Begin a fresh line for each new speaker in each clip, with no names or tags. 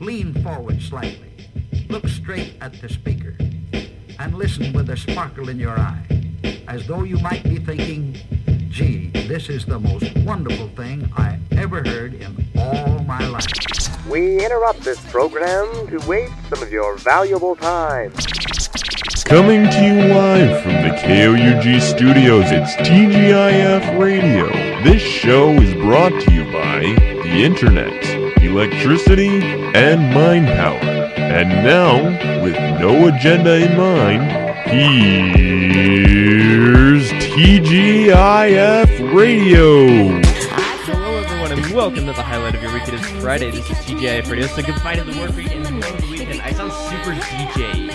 Lean forward slightly. Look straight at the speaker. And listen with a sparkle in your eye, as though you might be thinking, gee, this is the most wonderful thing I ever heard in all my life.
We interrupt this program to waste some of your valuable time.
Coming to you live from the KOUG studios, it's TGIF Radio. This show is brought to you by the internet, electricity, and mind power. And now, with no agenda in mind, here's TGIF Radio.
Hello, everyone, and welcome to the highlight of your week. It is Friday. This is TGIF Radio. So goodbye to the work week and hello to the weekend. I sound super DJ.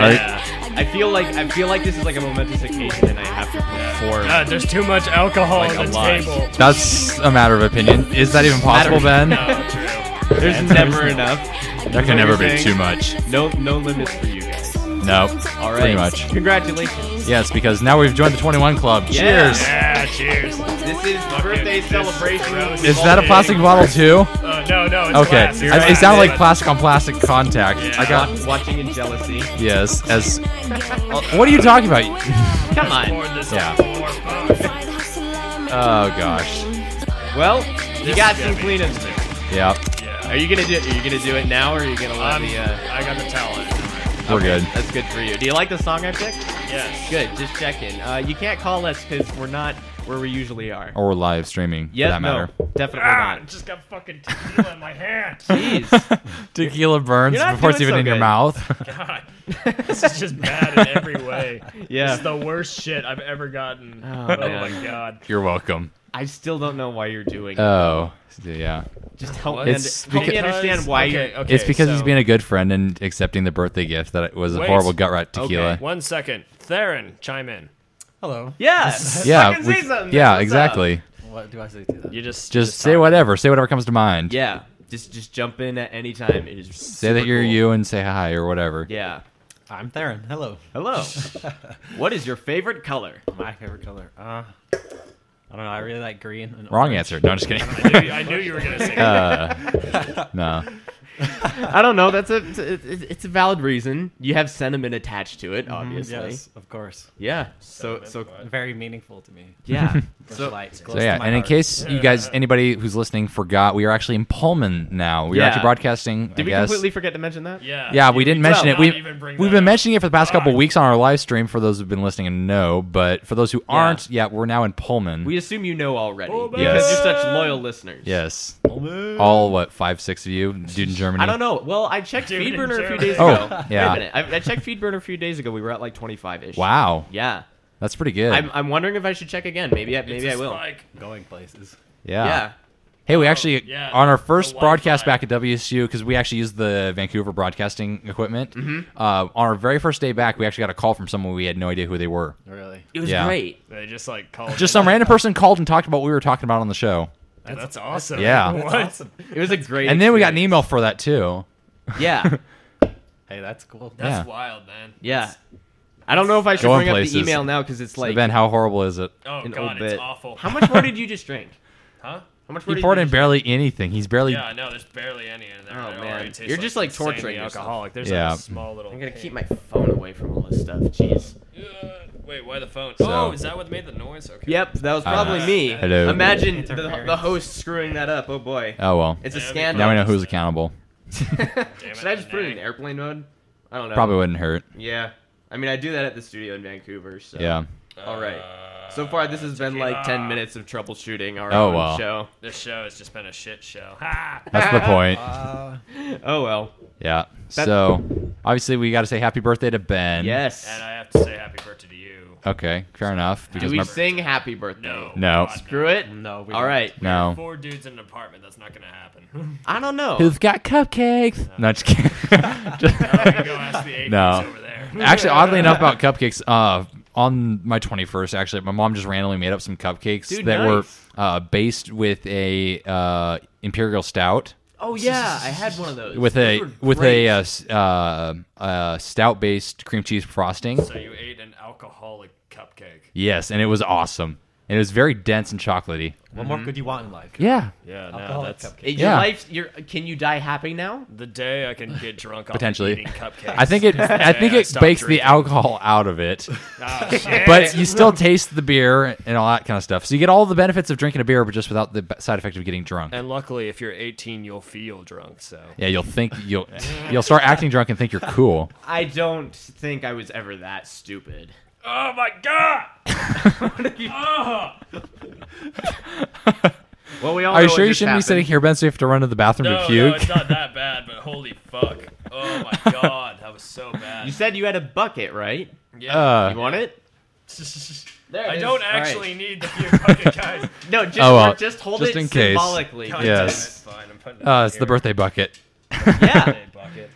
I-
Uh, I feel like I feel like this is like a momentous occasion, and I have to perform.
God, Uh, there's too much alcohol
Like a
on the
lot.
table.
That's a matter of opinion. Is that even possible, Ben?
No, true.
There's never enough.
That can never be too much.
No, no limits for you guys.
No.
All right.
Pretty much.
Congratulations.
Yes, because now we've joined the 21 Club.
Yeah.
Cheers.
Yeah, cheers.
This is birthday
this
celebration.
gross.
Is that a plastic bottle too?
Uh, no, no, it's
Okay.
glass. You're
I-
right.
It sounded like
Yeah.
plastic on plastic contact. I got
watching in jealousy.
yes. As uh, what are you talking about?
Come on.
Pour this
Yeah.
more fun.
Oh gosh.
Well, you
This
got
is
some
gonna be-
cleanups to do.
Yeah.
Yeah.
Are you gonna do? Are you gonna do it now, or are you gonna let
I'm,
me? Uh,
I got the towel. in.
We're good.
that's good for you. Do you like the song I picked?
Yes.
Good, just checking. Uh, you can't call us because we're not where we usually are.
Or we're live streaming.
yeah,
for that
no,
matter.
definitely
Ah,
not.
just got fucking tequila in my hand.
Jeez,
Tequila burns
You're not
before it's
doing
even
so
in your
good.
mouth.
God, this is just bad in every way.
Yeah.
This is the worst shit I've ever gotten.
Oh,
my
man.
god.
You're welcome.
I still don't know why you're doing. it.
Oh. Yeah.
Just help me,
It's
under- help me
because-
understand why.
Okay,
you're,
okay,
it's because
so,
he's being a good friend and accepting the birthday gift that it was a
Wait.
horrible gut rot tequila.
Okay, one second. Theron, chime in.
Hello.
Yeah,
Yeah,
fucking
we-
say something.
yeah,
What's up?
exactly.
What do I say to that?
You just
Just, say
talk.
whatever. Say whatever comes to mind.
Yeah, just just jump in at any time. It is
Say that you're you and say hi or whatever.
Yeah.
I'm Theron. Hello.
Hello. what is your favorite color?
My favorite color. Uh, I don't know. I really like green. And
Wrong
orange.
answer. No, I'm just kidding.
I knew, I knew you were gonna say that.
no.
I don't know. That's a it's, it's it's a valid reason. You have sentiment attached to it,
Mm-hmm,
obviously.
Yes, of course.
Yeah. So so
Very meaningful to me.
yeah.
Those lights close
So yeah,
to my
and in
heart.
case you guys, anybody who's listening, forgot, we are actually in Pullman now. We are
Yeah.
actually broadcasting. I
Did we
guess.
completely forget to mention that?
Yeah.
Yeah, we didn't mention
did
it.
not
We
even bring
we've
that up.
been mentioning it for the past couple
Fuck.
weeks on our live stream. For those who've been listening and know, but for those who aren't, yeah, we're now in Pullman.
We assume you know already
Oh, man.
because
Yes.
you're such loyal listeners.
yes, all what five six of you, dude in Germany.
I don't know. Well, I checked
Dude, in
FeedBurner a few
Germany.
days
Oh,
ago.
yeah.
Wait a minute. I, I checked FeedBurner a few days ago. We were at like 25 ish.
Wow,
Yeah.
that's pretty good.
I'm, I'm wondering if I should check again. Maybe I, maybe I will.
Like,
going places.
yeah.
Yeah.
Hey, we actually
Oh, yeah,
on our
the
first
Wi-Fi.
broadcast back at WSU because we actually used the Vancouver broadcasting equipment.
Mm-hmm.
Uh, on our very first day back, we actually got a call from someone we had no idea who they were.
Really.
It was
Yeah.
great.
they just like called.
Just some random person called and talked about what we were talking about on the show,
That's, that's awesome.
Yeah.
What?
Awesome.
It was a great.
and then we got an e-
experience.
email for that too.
Yeah.
Hey, that's cool.
Yeah.
wild, man.
Yeah. I don't know if I should
Going
bring
places.
up the email now because it's
Like,
like
ben, how horrible is it?
Oh
an
god,
old bit.
it's awful.
How much more did you just drink?
Huh?
How much more?
He
did
poured
you
in
just-
barely anything. He's barely.
Yeah, no, there's barely any in there.
Oh,
It already
man.
tastes
You're just, like,
insanely
torturing yourself.
alcoholic. There's
Yeah.
like a small little.
I'm gonna keep my phone away from all this stuff. Jeez.
Uh, wait, why the phone?
So-
Oh, is that what made the noise? Okay.
Yep, that was probably
Uh,
me.
hello.
Imagine the,
Interference.
the host screwing that up. Oh boy,
Oh well.
it's a
Yeah, it'd be
scandal.
now we know who's accountable.
Damn it,
Should I just put it in
Nick.
airplane mode? I don't know.
Probably wouldn't hurt.
Yeah. I mean, I do that at the studio in Vancouver. So.
Yeah.
All right. So far, this has been like ten minutes of troubleshooting our
Oh,
own
well.
show.
This show has just been a shit show. Ha!
That's the point.
Uh,
Oh well.
Yeah. So obviously we got to say happy birthday to Ben.
Yes.
And I have to say happy birthday to you.
Okay. Fair enough.
Do
Because
we
my,
sing happy birthday?
No.
No.
God,
Screw it.
no. We
All right.
There are
no.
Four dudes in an apartment. That's not gonna happen.
I don't know.
Who's got cupcakes? No, just kidding.
I can go ask the atheists
No.
over there.
actually, oddly enough, about cupcakes, uh, on my 21st, actually, my mom just randomly made up some cupcakes
Dude,
that
nice.
were uh, based with a uh, imperial stout
Oh yeah, I had one of those.
with
Those
a
were
with
great.
a uh, s- uh, uh, stout based cream cheese frosting.
So you ate an alcoholic cupcake.
Yes, and it was awesome. and it was very dense and chocolatey.
What more could you want in life?
Yeah,
Yeah, no,
Alcoholic
that's
cupcake.
Your
Yeah.
life's your. Can you die happy now?
the day I can get drunk off of
potentially.
eating cupcakes.
I think it. I think
I
it
stopped
bakes the
drinking.
alcohol out of it,
Ah, shit.
but you still taste the beer and all that kind of stuff. So you get all the benefits of drinking a beer, but just without the b- side effect of getting drunk.
and luckily, if you're 18, you'll feel drunk. So
Yeah, you'll think you'll you'll start acting drunk and think you're cool.
I don't think I was ever that stupid.
Oh my god!
Well, we all.
Are you
know
sure
what
you
just
shouldn't be sitting
happened.
here, Ben? So you have to run to the bathroom
No,
to
no,
puke.
it's not that bad, but holy fuck! Oh my god, that was so bad.
You said you had a bucket, right?
Yeah.
Uh,
You want it? There it
I
is.
don't
All right.
actually need the puke bucket, guys.
No, just
Oh, well,
just hold
just
it
in case.
symbolically.
God
Yeah.
damn it,
Yes.
it's fine. I'm putting it
uh, it's the
here.
birthday bucket.
Yeah.
Bucket.
you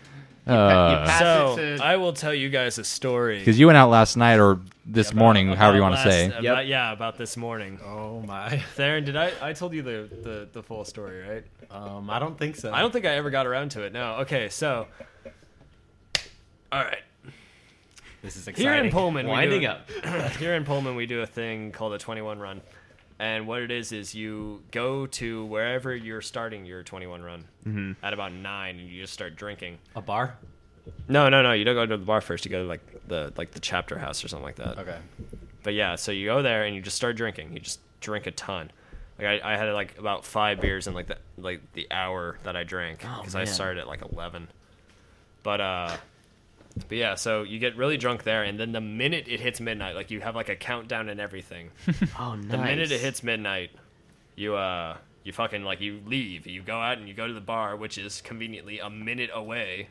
Because
pass
Uh, So
it to
I will tell you guys a story.
you went out last night or this
about-
morning,
about
however you want to
last-
say.
about-
Yep.
yeah, about this morning.
Oh my.
Theron, did I? I told you the, the the full story, right?
Um, I don't think so.
I don't think I ever got around to it. No. Okay, so. All right.
This is exciting.
Here in Pullman, we do
winding
it-
up.
here in Pullman, we do a thing called a 21 run. And what it is, is you go to wherever you're starting your 21 run at about nine and you just start drinking.
A bar.
No, no, no. You don't go to the bar first. You go to like the, like the chapter house or something like that.
Okay.
But yeah, so you go there and you just start drinking. You just drink a ton. Like I, I had like about five beers in like the like the hour that I drank because I
Oh, man.
started at like eleven. But uh, but yeah, so you get really drunk there, and then the minute it hits midnight, like you have like a countdown and everything.
Oh, nice.
The minute it hits midnight, you uh you fucking like you leave. You go out and you go to the bar, which is conveniently a minute away.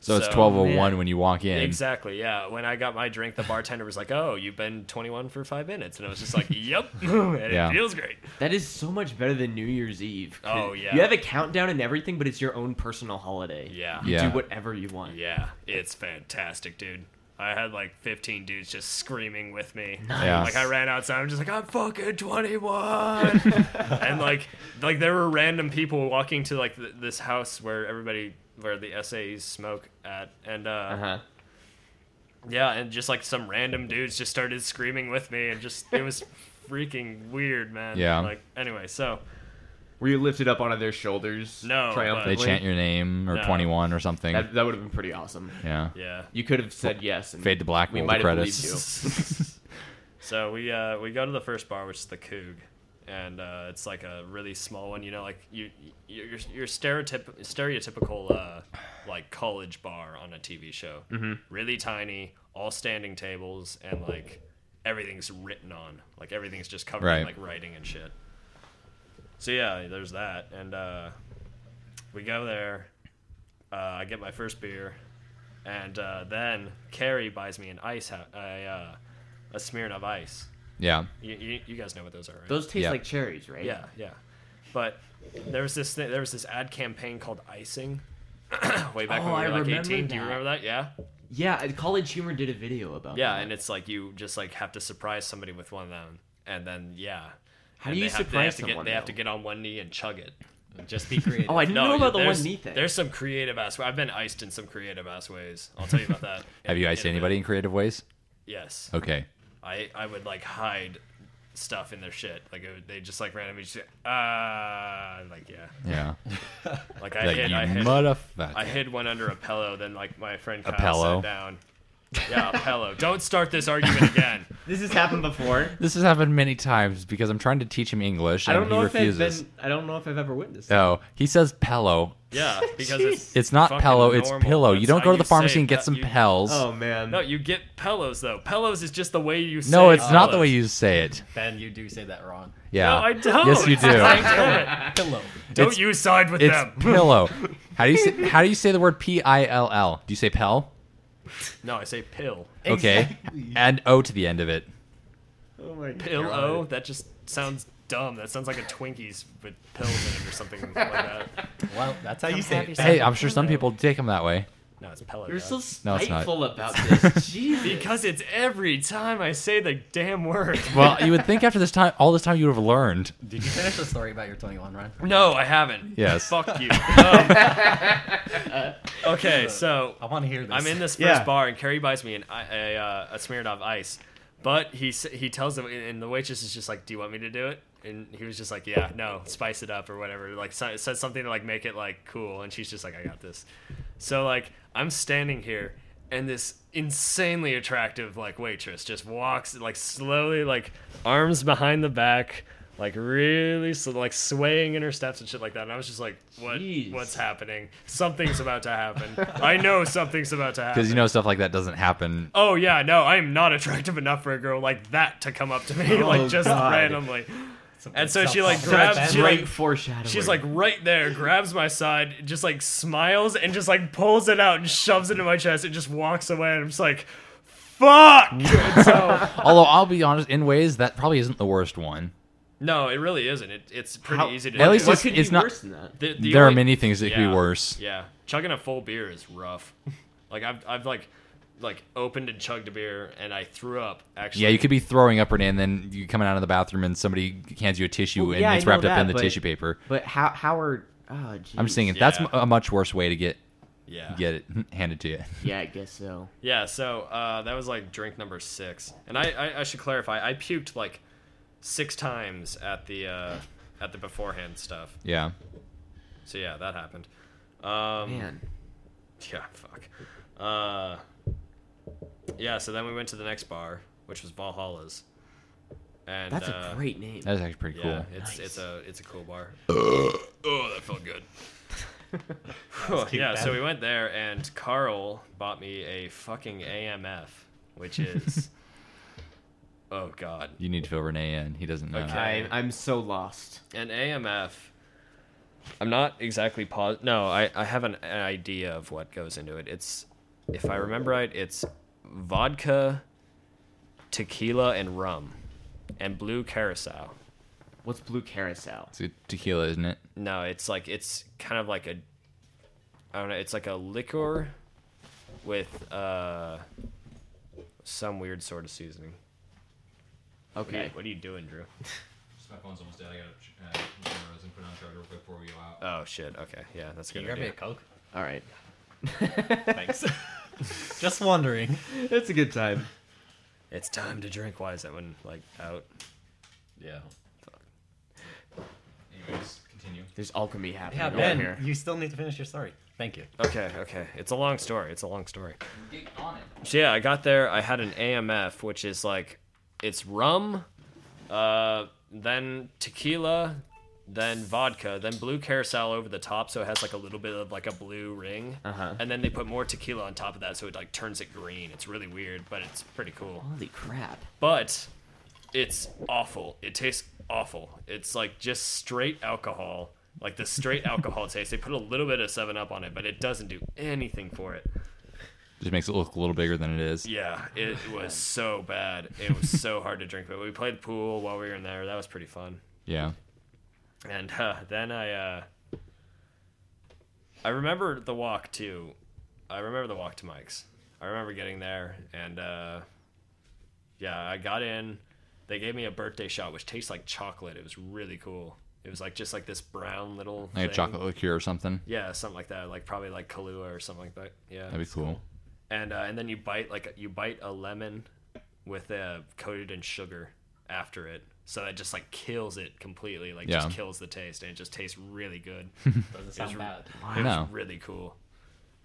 So it's
So-
twelve oh one
Man.
when you walk in.
Exactly. Yeah. When I got my drink, the bartender was like, "Oh, you've been 21 for five minutes," and I was just like, "Yep," and
Yeah.
it feels great.
That is so much better than New Year's Eve.
Oh, yeah.
You have a countdown and everything, but it's your own personal holiday.
Yeah.
You
Yeah.
do whatever you want.
Yeah. It's fantastic, dude. I had like 15 dudes just screaming with me.
Nice.
Like I ran outside. I'm just like, "I'm fucking 21," and like like there were random people walking to like th- this house where everybody where the SAs smoke at, and uh,
Uh
Uh-huh.
huh.
Yeah, and just like some random dudes just started screaming with me, and just it was freaking weird, man.
Yeah.
Like anyway, so
Were you lifted up onto their shoulders?
No, but-
Triumphantly.
They chant your name or
No.
twenty one or something.
That, that would have been pretty awesome.
yeah.
yeah.
You could have said yes. And
Fade to black,
We
roll the
might have
credits.
believed
So we uh we go to the first bar, which is the Coog, and uh, it's like a really small one. You know, like you you- you're you're stereotyp- stereotypical uh like college bar on a TV show. Mm-hmm. Really tiny, all standing tables, and like everything's written on, like everything's just covered in
Right.
like writing and shit. So yeah, there's that, and uh, we go there. Uh, I get my first beer, and uh, then Carrie buys me an ice, ho- a, uh, a Smirnoff Ice.
Yeah.
You, you, you guys know what those are, right?
Those taste
Yeah.
like cherries, right?
yeah, yeah. But there was this thing, there was this ad campaign called Icing. Way back
Oh,
when we
I
were like
remember
18, do you
that.
remember that? Yeah,
Yeah. and College Humor did a video about.
yeah.
that.
And it's like you just like have to surprise somebody with one of them, and then yeah.
How
And
do you
they have- they
surprise
have to get-
someone,
They have
though?
to get on one knee and chug it.
Just be creative.
Oh, I didn't know about the one
there's-
knee thing.
There's some creative ass. I've been iced in some creative ass ways. I'll tell you about that.
Have you iced
in a
anybody
bit.
in creative ways?
Yes.
Okay.
I I would like hide stuff in their shit. Like it would, they just like randomly just ah like yeah.
Yeah.
Like I
like
hid
you
I hid
motherfucker.
I hid one under a pillow. Then like my friend Kyle
pillow?
sat down. Yeah, a pillow. Don't start this argument again.
This has happened before.
This has happened many times because I'm trying to teach him English
I
and
don't know
he
if I've
refuses.
been. I don't know if I've ever witnessed. it.
No, he says pillow.
Yeah, because it's
It's not
fucking
pillow, it's
normal.
pillow.
That's
You don't
how
go to the
say
pharmacy and get
pe-
some
you-
pills.
Oh man.
No, you get pillows though. Pillows is just the way you say
no, it's not the
pillows.
way you say it.
Ben, you do say that wrong.
Yeah.
No, I don't.
Yes, you do.
do.
Pillow.
Don't
It's-
you side with
It's
them?
pillow. How do you say, how do you say the word P I L L? Do you say pell?
No, I say pill.
Okay. Add O to the end of it.
Oh my god.
Pill O? That just sounds dumb. That sounds like a Twinkies with pills in it or something like that.
Well, that's how you say it.
Hey, I'm sure some people take them that way.
No, it's pillow.
You're
dog.
so
No, it's not.
spiteful about this. Jesus.
because it's every time I say the damn word.
Well, you would think after this time, all this time, you would have learned.
Did you finish the story about your 21 run?
no, I haven't.
Yes.
Fuck you. Um, okay, so
I want to hear this.
I'm in this first
Yeah.
bar, and Carrie buys me an, i- a, uh, a Smirnoff Ice. But he s- he tells them, and the waitress is just like, "Do you want me to do it?" And he was just like, "Yeah, no, spice it up or whatever." Like so, said something to like make it like cool, and she's just like, "I got this." So like I'm standing here, and this insanely attractive like waitress just walks like slowly, like arms behind the back. Like really, so like swaying in her steps and shit like that, and I was just like, "What?
Jeez.
What's happening? Something's about to happen. I know something's about to happen."
Because you know stuff like that doesn't happen.
oh yeah, no, I am not attractive enough for a girl like that to come up to me
Oh,
like just randomly. And so she like grabs, she, like,
Great foreshadowing.
she's like right there, grabs my side, just like smiles and just like pulls it out and shoves it into my chest and just walks away. And I'm just like, fuck. And so
Although I'll be honest, in ways that probably isn't the worst one.
no, it really isn't. It, it's pretty
How-
easy to.
At
do.
least
what
it's-
could
it's
be
not-
worse than that?
The- the
There are
only-
many things that could
Yeah,
be worse.
Yeah, chugging a full beer is rough. Like I've I've like like opened and chugged a beer and I threw up. Actually,
Yeah, you could be throwing up, Renee, and then you coming out of the bathroom and somebody hands you a tissue
Well,
and
yeah, I
it's
know
wrapped up
that,
in the
but-
tissue paper.
But how how are oh geez.
I'm just thinking that's
Yeah.
m- a much worse way to get
Yeah.
get it handed to you.
Yeah, I guess so.
Yeah, so uh, that was like drink number six, and I, I, I should clarify, I puked like six times at the uh, at the beforehand stuff.
Yeah.
So yeah, that happened. Um,
Man.
Yeah, fuck. Uh, yeah, so then we went to the next bar, which was Valhalla's, and
That's
uh,
a great name.
That is actually pretty cool.
yeah, it's it's a it's a cool bar. oh, that felt good. yeah, so we went there, and Carl bought me a fucking AMF, which is, oh god,
You need to fill Renee in. He doesn't know.
Okay.
I, I'm so lost.
an AMF. I'm not exactly positive. No, I I have an, an idea of what goes into it. It's, if I remember right, it's vodka, tequila, and rum, and blue carousel.
What's blue carousel?
It's a tequila, isn't it?
No, it's like it's kind of like a I don't know, it's like a liquor with uh some weird sort of seasoning. What are
Okay.
you, what are you doing, Drew?
My phone's almost dead. I gotta uh, put on charger real quick before we go out.
Oh shit. Okay. Yeah, that's a good. idea.
Coke?
All right.
Thanks. Just wondering.
That's a good time.
It's time to drink. Why is that one like out?
Yeah. Anyways, continue.
There's alchemy happening
Yeah,
over
Ben,
here.
you still need to finish your story. Thank you.
Okay, okay. It's a long story. It's a long story. So yeah, I got there. I had an AMF, which is like, it's rum, uh, then tequila, then vodka, then blue carousel over the top, so it has like a little bit of like a blue ring, uh-huh. and then they put more tequila on top of that, so it like turns it green. It's really weird, but it's pretty cool.
Holy crap.
But it's awful. It tastes awful. It's like just straight alcohol, like the straight alcohol taste. They put a little bit of Seven Up on it, but it doesn't do anything for it.
Just makes it look a little bigger than it is.
Yeah, it was so bad. It was so hard to drink, but we played pool while we were in there. That was pretty fun.
Yeah.
And uh, then I, uh, I remember the walk to, I remember the walk to Mike's. I remember getting there, and uh, yeah, I got in. They gave me a birthday shot, which tastes like chocolate. It was really cool. It was like just like this brown little
Like a
thing.
chocolate liqueur or something.
Yeah, something like that. Like probably like Kahlua or something like that. Yeah,
That'd be cool.
and uh, and then you bite like you bite a lemon with uh, coated in sugar after it so that just like kills it completely like
Yeah.
just kills the taste and it just tastes really good
Doesn't sound bad.
it
No.
was really cool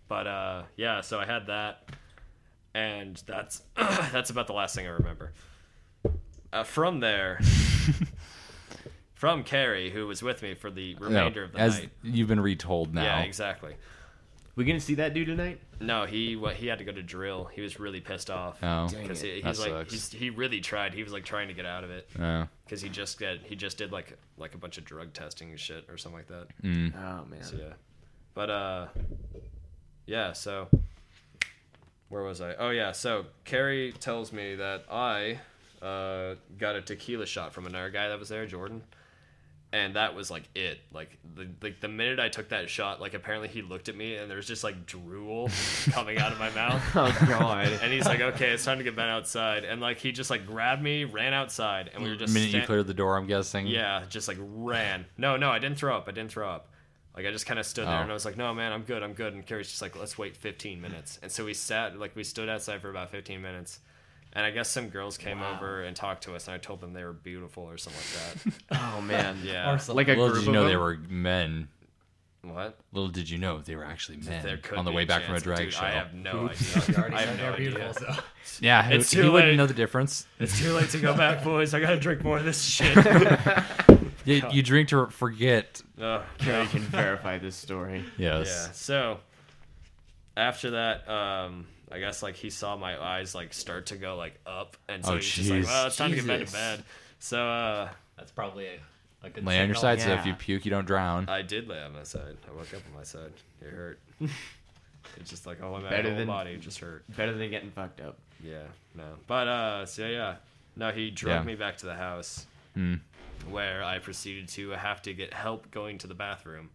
but uh yeah so i had that and that's that's about the last thing i remember uh, from there from carrie who was with me for the remainder
No,
of the
as
night
you've been retold now.
yeah exactly
We gonna see that dude tonight?
no he what he had to go to drill he was really pissed off
Oh.
Dang
because
it.
he,
That
he's like
sucks.
he's, he really tried. He was like trying to get out of it
Yeah.
because he just got he just did like like a bunch of drug testing and shit or something like that.
Oh man.
So yeah, but uh, yeah. So where was I? Oh yeah. So Carrie tells me that I uh, got a tequila shot from another guy that was there, Jordan. And that was like it. Like the like the minute I took that shot, like apparently he looked at me and there was just like drool coming out of my mouth.
Oh god.
And he's like, okay, it's time to get Ben outside. And like, he just like grabbed me, ran outside, and we were
The
just
minute you
sta-
cleared the door, I'm guessing.
yeah, just like ran. No, no, I didn't throw up. I didn't throw up. Like I just kind of stood there
Oh.
and I was like, no, man, I'm good. I'm good. And Carrie's just like, let's wait 15 minutes. And so we sat, like we stood outside for about 15 minutes, And I guess some girls came over and talked to us, and I told them they were beautiful or something like
Oh man,
that. Yeah.
like a
Little
group
did you know
of
they
them?
were men.
what?
Little did you know they were actually
There
men
could
on the
be
way
a
back from a
chance.
drag
Dude,
show.
I have no idea. I have no idea.
yeah,
It's
he, he
too
wouldn't
late.
know the difference.
It's too late to go back, boys. I gotta drink more of this shit.
You, you drink to forget.
Ugh.
Carrie can verify this story.
Yes.
Yeah. So after that, um, I guess like he saw my eyes like start to go like up, and so
Oh,
he's just like,
jeez.
"Well, it's time to get back
Jesus.
to bed." So uh,
That's probably a, a good
Lay on your
signal.
side, so
yeah.
if you puke, you don't drown.
I did lay on my side. I woke up on my side. It hurt. it's just like all my
Better
whole
than-
body just hurt.
Better than getting fucked up.
Yeah, no. But uh, so yeah, no. He drug
Yeah. Hmm.
me back to the house, where I proceeded to have to get help going to the bathroom.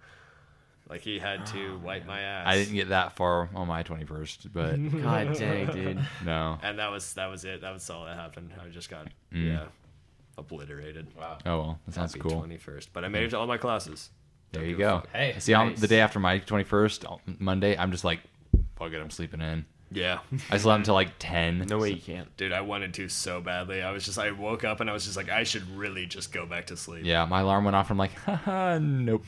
Like he had to wipe my ass.
Oh, I didn't get that far on my 21st, but
God dang, dude.
no.
and that was that was it. That was all that happened. I just got
Mm.
yeah obliterated. Wow,
Oh well, that sounds cool.
Twenty first, but I made it to all my classes.
There
Don't
you
give a
go.
fuck.
Hey,
see, I'm,
nice.
the day after my 21st on Monday, I'm just like, fuck it, I'm sleeping in.
Yeah,
I slept until like 10.
No way you can't.
dude, I wanted to so badly. I was just I woke up and I was just like I should really just go back to sleep.
Yeah, my alarm went off. I'm like, haha, nope,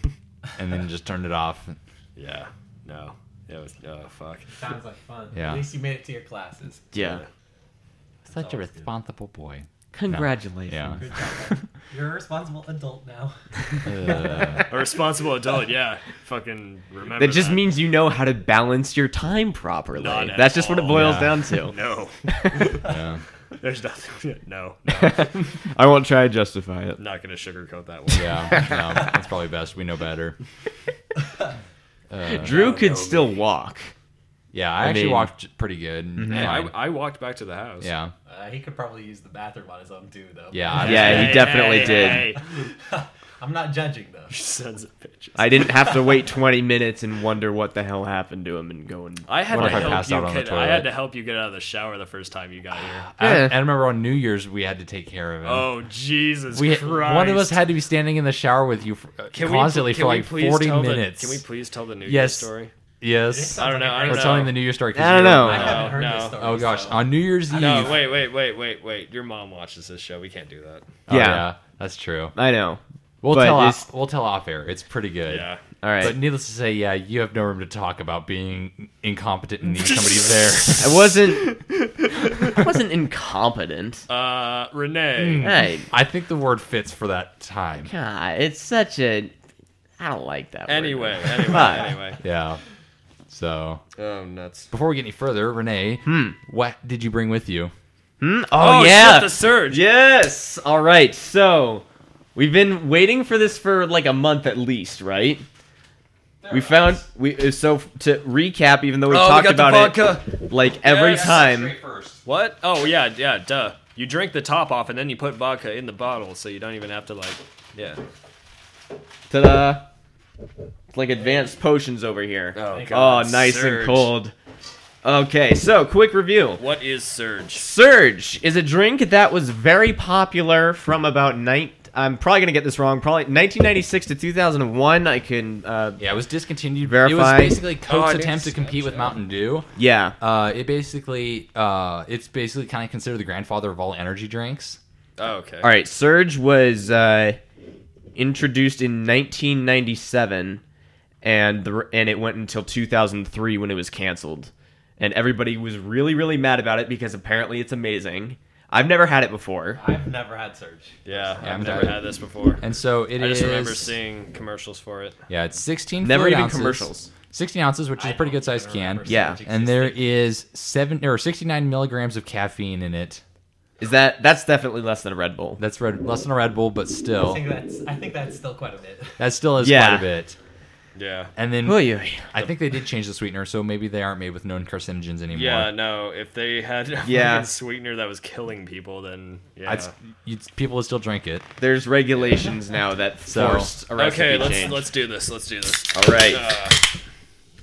and then just turned it off.
Yeah. No. It was oh fuck.
Sounds like fun.
Yeah.
At least you made it to your classes.
Yeah.
Such a responsible boy.
Congratulations.
Yeah.
You're a responsible adult now.
A responsible adult. Yeah. Fucking remember.
That just means you know how to balance your time properly.
Not at
That's just what it
all.
boils
Yeah.
down to.
no.
Yeah.
There's nothing. No. no I'm
I won't try to justify it.
not gonna sugarcoat that one.
Yeah, no, that's probably best. We know better.
Drew could still walk.
Yeah, I, actually
mean-
walked pretty good.
Hey,
Yeah,
I, I walked back to the house.
yeah,
Uh, he could probably use the bathroom on his own too, though.
yeah. I-
Yeah, he
Hey,
definitely
hey,
did.
hey.
I'm not judging though.
Sons of bitches.
I didn't have to wait 20 minutes and wonder what the hell happened to him and go and.
I had
What
to
if I
help
passed
you.
out on the
get- I had
toilet?
to help you get out of the shower the first time you got here.
I,
Yeah.
I remember on New Year's we had to take care of it.
Oh Jesus
we
Christ!
one of us had to be standing in the shower with you for, uh, constantly
we, pl-
for
can
like
we please
40
tell
minutes.
The, can we please tell the New
Yes.
Year's story?
yes,
I don't know. I
we're
don't know.
telling the New Year's story. 'cause
I don't
you
know.
it.
I haven't heard
no.
this story.
Oh gosh,
so-
on New Year's Eve.
No, wait, wait, wait, wait, wait. Your mom watches this show. We can't do that.
Oh,
Yeah.
that's true.
I know.
We'll
But
tell
it's-
off, we'll tell off air. It's pretty good.
Yeah.
All right.
But needless to say, yeah, you have no room to talk about being incompetent and need somebody there.
I wasn't. I wasn't incompetent.
Uh,
Hmm.
Renee.
Hey,
I think the word fits for that time.
God, it's such a. I don't like that. word.
Anyway, anyway,
Fuck.
anyway.
Yeah. So
Oh nuts.
before we get any further, Renee,
Hmm.
what did you bring with you?
Oh, yeah.
shit, the surge.
Yes. All right. So we've been waiting for this for like a month at least, right? we found we uh, so f- to recap, even though we
Oh, we
talked
got the
about
vodka.
it like every
Yes.
time.
What? Oh yeah, yeah, duh. You drink the top off and then you put vodka in the bottle, so you don't even have to like, yeah.
Ta-da! It's like advanced potions over here.
Oh
Oh, nice and
surge.
cold. Okay, so quick review.
What is surge?
Surge is a drink that was very popular from about nine. I'm probably gonna get this wrong. Probably 1996 to 2001. I can. Uh,
Yeah, it was discontinued.
Verify.
It was
Oh,
basically
I
Coke's
didn't
attempt to compete with Mountain Dew.
yeah.
Uh, it basically, uh, it's basically kind of considered the grandfather of all energy drinks.
Oh, okay.
All right, Surge was uh, introduced in 1997, and the, and it went until 2003 when it was canceled, and everybody was really really mad about it because apparently it's amazing. I've never had it before.
I've never had surge.
Yeah,
Yeah,
I've
I'm
never
sorry.
had this before.
And so it is.
I just remember seeing commercials for it.
Yeah, it's 16
Never
fluid
even
ounces,
commercials.
16 ounces, which is a
I
pretty
don't
good sized
even
can.
remember
Yeah.
surge
And there
existing.
is seven or 69 milligrams of caffeine in it.
Is that that's definitely less than a Red Bull?
That's red, less than a Red Bull, but
I
still,
think that's. I think that's still quite a bit.
that still is
Yeah.
quite a bit.
Yeah.
And then
Oy, oy.
I think they did change the sweetener, so maybe they aren't made with known carcinogens anymore.
Yeah, no, if they had a
Yeah.
fucking sweetener that was killing people, then yeah.
I'd, you'd, people would still drink it.
There's regulations now that
So-
force a recipe
okay, let's
change.
let's do this. Let's do this.
All right,
Uh,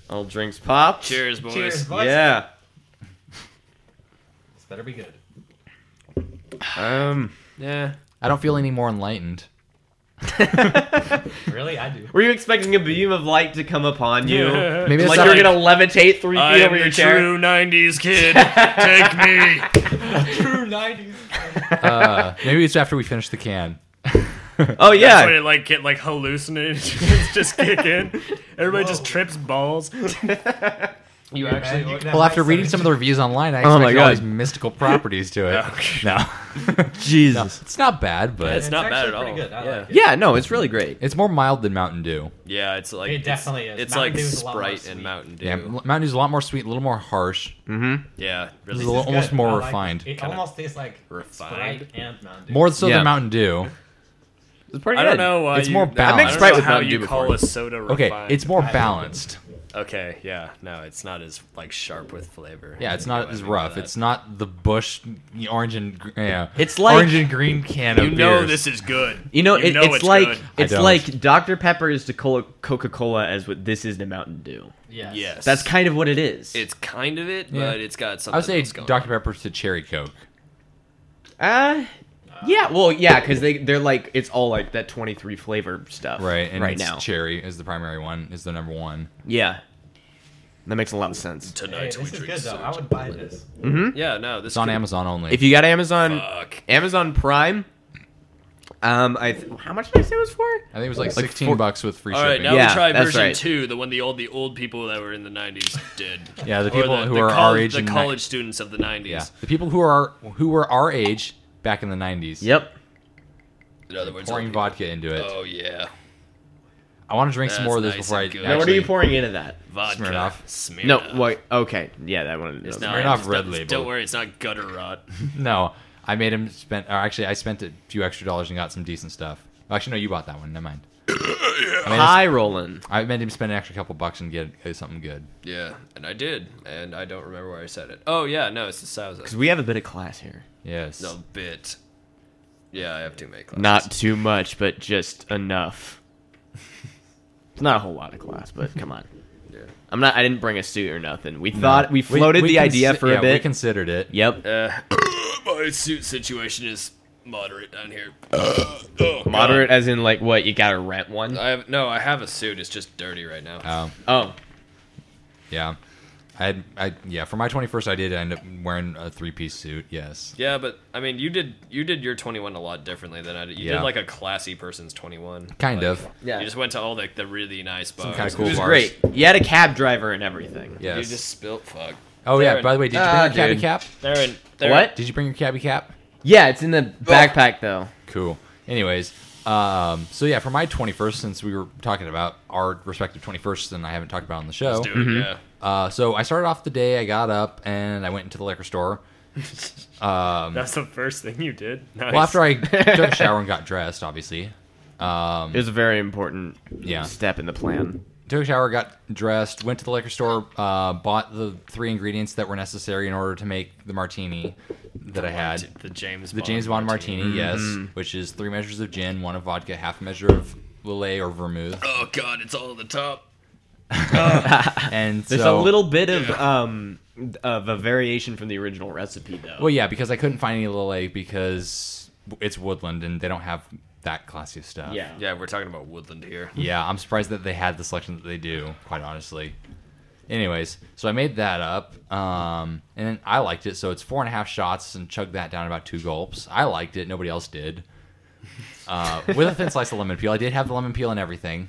all drinks pop.
cheers, boys.
Cheers, boys.
Yeah.
This better be good.
Um.
Yeah.
I don't feel any more enlightened.
Really, I do.
Were you expecting a beam of light to come upon you?
Maybe it's
like
not-
you're gonna levitate three
I
feet
am
over
the
your chair.
true '90s kid. Take me.
True nineties.
Uh, maybe it's after we finish the can.
Oh
That's when
yeah,
it like get like hallucinations just kick in. Everybody just trips balls.
You actually.
Well, after reading some of the reviews online, I
Oh my
expected all
God.
these mystical properties to it. No,
Jesus.
it's not bad, but
It's not bad at all.
Pretty good. I
yeah,
Like it.
Yeah, no, it's really great.
it's more mild than Mountain Dew.
yeah, it's like
It
it's-
definitely is.
It's
Mountain
like
Dew is a lot more
Sprite
sweet.
and Mountain Dew.
Yeah, M- Mountain Dew's a lot more sweet, a little more harsh.
Yeah,
It's
really.
a little,
Good.
almost more
I like it.
refined.
It almost tastes like
Refined?
Sprite and Mountain Dew.
More so
Yeah.
than Mountain Dew.
It's pretty
I don't know uh, why
It's
you,
more
I
balanced.
don't
I make
Sprite
know
with
how
Mountain
you
Dew
call
before.
a soda
Okay,
refined.
it's more balanced.
okay. Yeah, no, it's not as like sharp with flavor.
Yeah, it's
I know
not
what
as
I mean by
rough.
that.
It's not the bush the orange and gr- yeah.
It's like-
orange and green can of
you know
beers.
this is good.
You know, it, it's, like
good.
I
it's
don't.
like Dr Pepper is to Coca Cola as what this is to Mountain Dew.
Yes.
yes,
That's kind of what it is.
It's kind of it,
Yeah.
but it's got something.
I would say
else going
Dr Pepper to cherry coke.
uh, yeah, well, yeah, because they they're like it's all like that twenty three flavor stuff
Right, and
right
it's
now.
cherry is the primary one, is the number one.
yeah, that makes a lot of sense.
on.
Hey,
Tonight we
this is
drink
good though.
soda.
I would buy this.
Yeah, no, this
It's on
could-
Amazon only.
If you got Amazon
Fuck.
Amazon Prime, um, I th- how much did I say it was for?
I think it was like,
Like
sixteen
four-
bucks with free
All right,
shipping.
now
Yeah,
we try
that's
version
right.
two, the one the old the old people that were in the '90s did.
Yeah, the
Or
people who are
college,
our age
the
and ni-
college students of the '90s.
Yeah, the people who are who were our age back in the nineties.
Yep.
In other words,
pouring
old
vodka into it.
people. Oh yeah,
I want to drink some
That's
more of this
nice
before I.
and good.
Actually,
Now,
Now, what are you pouring into that?
vodka.
Smirnoff.
Smirnoff.
No, wait. Okay, yeah, that one.
It's
doesn't-
not
Smirnoff
it's
Red
not-
Label.
Don't worry, it's not gutter rot.
No, I made him spend. Or actually, I spent a few extra dollars and got some decent stuff. Well, Actually, no, you bought that one. Never mind. I, made him,
High rolling.
I made him spend an extra couple bucks and get uh, something good.
yeah, and I did, and I don't remember where I said it. Oh yeah, no, it's the Sousa.
We have a bit of class here.
Yes.
No bit. Yeah, I have to make classes.
Not too much, but just enough. It's not a whole lot of class, but come on. I'm not. I didn't bring a suit or nothing. We thought we floated the idea
consi-
for
yeah,
a
We
bit.
considered it.
yep.
Uh, my suit situation is moderate down here. oh,
Moderate, as in like what you gotta rent one.
God. I have no. I have a suit. It's just dirty right now.
Oh,
oh,
yeah. I had, I yeah. For my twenty first, I did end up wearing a three piece suit. Yes.
yeah, but I mean, you did you did your 21 a lot differently than I did. You
Yeah.
did like a classy person's 21.
Kind
Like,
of.
yeah.
You just went to all like the really nice bars.
kinda
it
cool
was
bars.
great. You had a cab driver and everything.
You
Yes.
just spilt fuck.
oh yeah.
Darren.
By the way, did you bring
Ah,
your cabbie
dude.
cap?
Darren, Darren.
What?
Did you bring your cabbie cap?
Yeah, it's in the backpack though.
Cool. Anyways, um, so yeah, for my 21st, since we were talking about our respective 21st, and I haven't talked about on the show.
Dude, yeah.
Uh, so I started off the day. I got up and I went into the liquor store.
That's the first thing you did. Nice.
Well, after I took a shower and got dressed, obviously
It was a very important
Yeah.
step in the plan.
took a shower, got dressed, went to the liquor store, uh, bought the three ingredients that were necessary in order to make the martini that I had.
the James
The James Bond martini,
Mm-hmm.
yes, which is three measures of gin, one of vodka, half a measure of Lillet or vermouth,
Oh god, it's all at the top.
and
There's
so
a little bit of um of a variation from the original recipe though.
Well, yeah, because I couldn't find any Lillet because it's woodland and they don't have that classy of stuff.
yeah.
Yeah, we're talking about Woodland here.
Yeah, I'm surprised that they had the selection that they do, quite honestly. Anyways, so I made that up, um, and then I liked it. So it's four and a half shots and chugged that down about two gulps. I liked it. Nobody else did. Uh, with a thin slice of lemon peel. I did have the lemon peel and everything.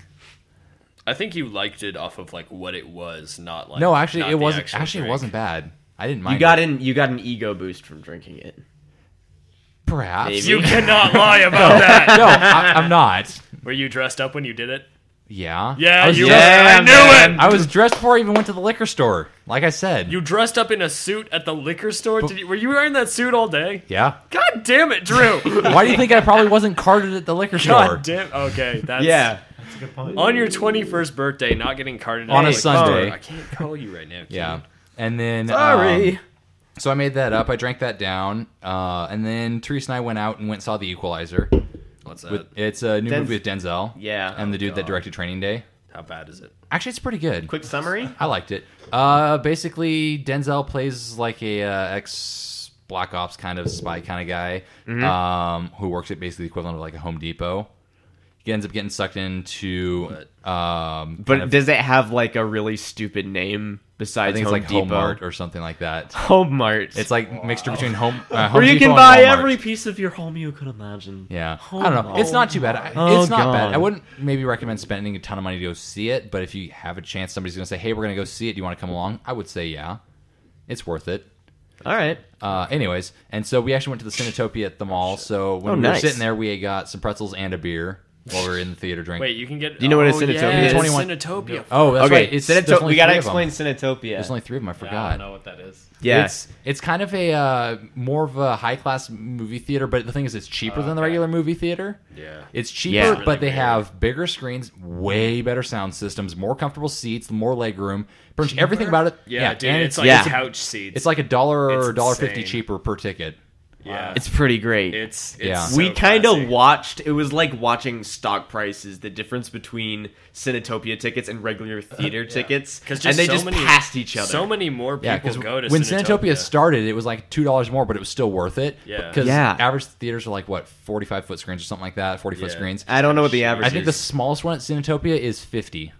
I think you liked it off of like what it was, not like
No, actually,
not
it
the
wasn't.
actual
actually,
drink.
it wasn't bad. I didn't mind.
You got
it.
an you got an ego boost from drinking it.
Perhaps.
Maybe.
You cannot lie about that.
No, I, I'm not.
Were you dressed up when you did it?
Yeah.
Yeah,
I was
you
dressed-
were. I knew
man.
it.
I was dressed before I even went to the liquor store. Like I said.
You dressed up in a suit at the liquor store. Did you, were you wearing that suit all day?
yeah.
God damn it, Drew.
Why do you think I probably wasn't carded at the liquor store
God damn. Okay, that's
Yeah.
On your 21st birthday, not getting carded
on
at the
a
liquor
Sunday?
store. I can't call you right now. Keith.
Yeah. And then um,
Sorry.
so I made that up. I drank that down, uh, and then Teresa and I went out and went and saw The Equalizer.
What's that?
With, it's a new
Denz-
movie with Denzel.
Yeah.
And the dude that directed Training Day.
How bad is it?
Actually, it's pretty good.
Quick summary.
I liked it. Uh, basically, Denzel plays like a uh, ex Black Ops kind of spy kind of guy um, who works at basically the equivalent of like a Home Depot. He ends up getting sucked into. Um, kind
But
of-
does it have like a really stupid name
I
besides
think it's
Home
like
Depot?
Home Mart or something like that.
Home Mart.
It's like mixture between Home. Uh, Home
Where you
Depot
can
and
buy
Walmart.
every piece of your home you could imagine.
Yeah,
Home
I don't know. It's not too bad. I-
Oh,
it's not bad.
God.
I wouldn't maybe recommend spending a ton of money to go see it, but if you have a chance, somebody's going to say, "Hey, we're going to go see it. Do you want to come along?" I would say, "Yeah, it's worth it."
all right.
Uh, anyways, and so we actually went to the Cinetopia at the mall. So when
Oh,
we
nice.
were sitting there, we got some pretzels and a beer while we were in the theater drinking.
Wait, you can get.
you know what a
oh,
Cinetopia
yeah,
is?
21
Cinetopia.
oh, that's
okay,
right. It's
Cineto-
there's only
we gotta
three of 'em.
explain Cinetopia.
There's only three of them. I
Yeah, I
forgot.
don't know what that is.
yeah.
It's it's kind of a uh, more of a high class movie theater, but the thing is, it's cheaper than the regular movie theater.
Yeah.
It's cheaper,
Yeah.
but they have bigger screens, way better sound systems, more comfortable seats, more leg room. Pretty much everything about it.
Yeah, dude,
and
it's like
yeah.
couch seats.
it's like a dollar
It's
or a dollar
insane.
fifty cheaper per ticket.
yeah,
it's pretty great.
it's, it's
Yeah.
so
we kind
classy.
of watched. It was like watching stock prices. The difference between Cinetopia tickets and regular theater tickets,
because
and they
so
Uh, just
many,
passed each other.
So many more people
Yeah, because
go to
when
Cinetopia.
Cinetopia started, it was like two dollars more, but it was still worth it.
Yeah.
because
Yeah.
average theaters are like what forty five foot screens or something like that, forty foot
Yeah.
screens.
I don't know what the average.
I think the
is.
smallest one at Cinetopia is fifty.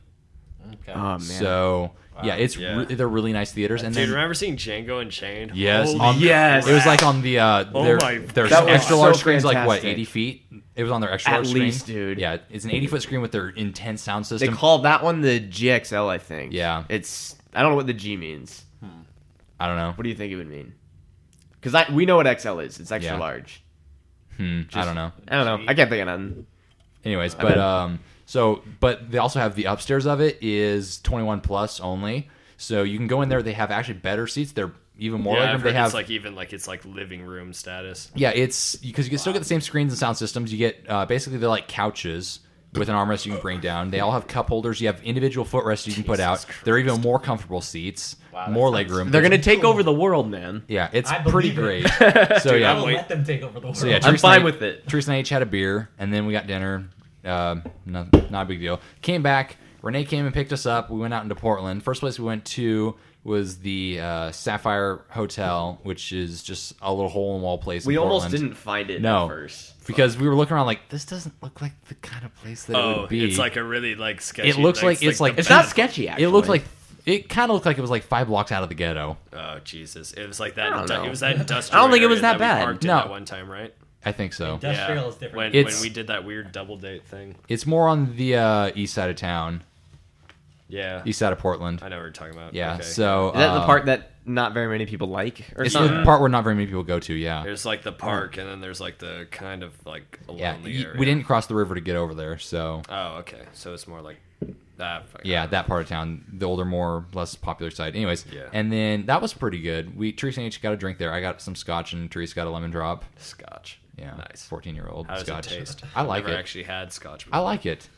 Okay.
Oh man.
So yeah, it's
Yeah. Uh,
Re- they're really nice theaters. And
Dude,
then
remember seeing Django Unchained?
yes,
Holy
on-
yes.
it was like on the uh,
Oh
their,
my
their
That was
extra
so
large screens, like what
fantastic.
eighty feet. It was on their extra
At
large screen.
least, dude.
Yeah, it's an eighty foot screen with their intense sound
they
system.
call that one the GXL. I think.
Yeah.
It's I don't know what the G means.
I don't know.
What do you think it would mean? Because I we know what XL is. It's extra
Yeah.
large.
Hmm, I don't know.
I don't know. I can't think of nothing.
Anyways, but
bet.
um, so but they also have the upstairs of it is 21 plus only, so you can go in there. They have actually better seats. They're even more
yeah,
like
I've
them. They
heard
have
it's like even like it's like living room status.
yeah, it's because you can still get the same screens and sound systems. You get uh, basically they're like couches with an armrest you can bring down. They all have cup holders. You have individual footrests you can put out. They're even more comfortable seats, more leg room.
They're gonna take over the world, man.
yeah, it's
I believe
pretty
it.
great. So
Dude, I
yeah,
will let them take over the world.
so yeah,
I'm
Teresa and I-
fine with it.
Teresa and I each had a beer, and then we got dinner. Um, not, not a big deal. Came back. Renee came and picked us up. We went out into Portland. First place we went to was the uh, Sapphire Hotel, which is just a little hole in the wall place. in
We almost
Portland.
didn't find it
No.
at first.
because we were looking around like this doesn't look like the kind of place that it
Oh,
would be.
it's like a really like sketchy.
it looks like it's like
the
It's not
best-
sketchy. Actually,
it looked like it kind of looked like it was like five blocks out of the ghetto.
Oh Jesus! It was like
I don't
that.
know.
It was that industrial.
I don't think it
area
was that bad.
We parked
No.
in at one time, right?
I think so.
Industrial is different.
When,
It's-
when we did that weird double date thing.
It's more on the uh, east side of town,
Yeah,
east side of Portland.
I know what you're talking about.
Yeah.
Okay.
So
Is that the
uh,
part that not very many people like, or
It's
something?
the part where not very many people go to. Yeah.
there's like the park, and then there's like the kind of like a
Oh. Yeah,
lonely
y-
area.
we didn't cross the river to get over there, so
Oh, okay. So it's more like that. fuck.
yeah, that part of town, the older, more less popular side. Anyways,
Yeah.
and then that was pretty good. We Teresa and each got a drink there. I got some scotch, and Teresa got a lemon drop.
Scotch.
Yeah,
Nice.
fourteen year old
How does
scotch.
it taste?
I like
Never
it.
actually had Scotch.
I like it.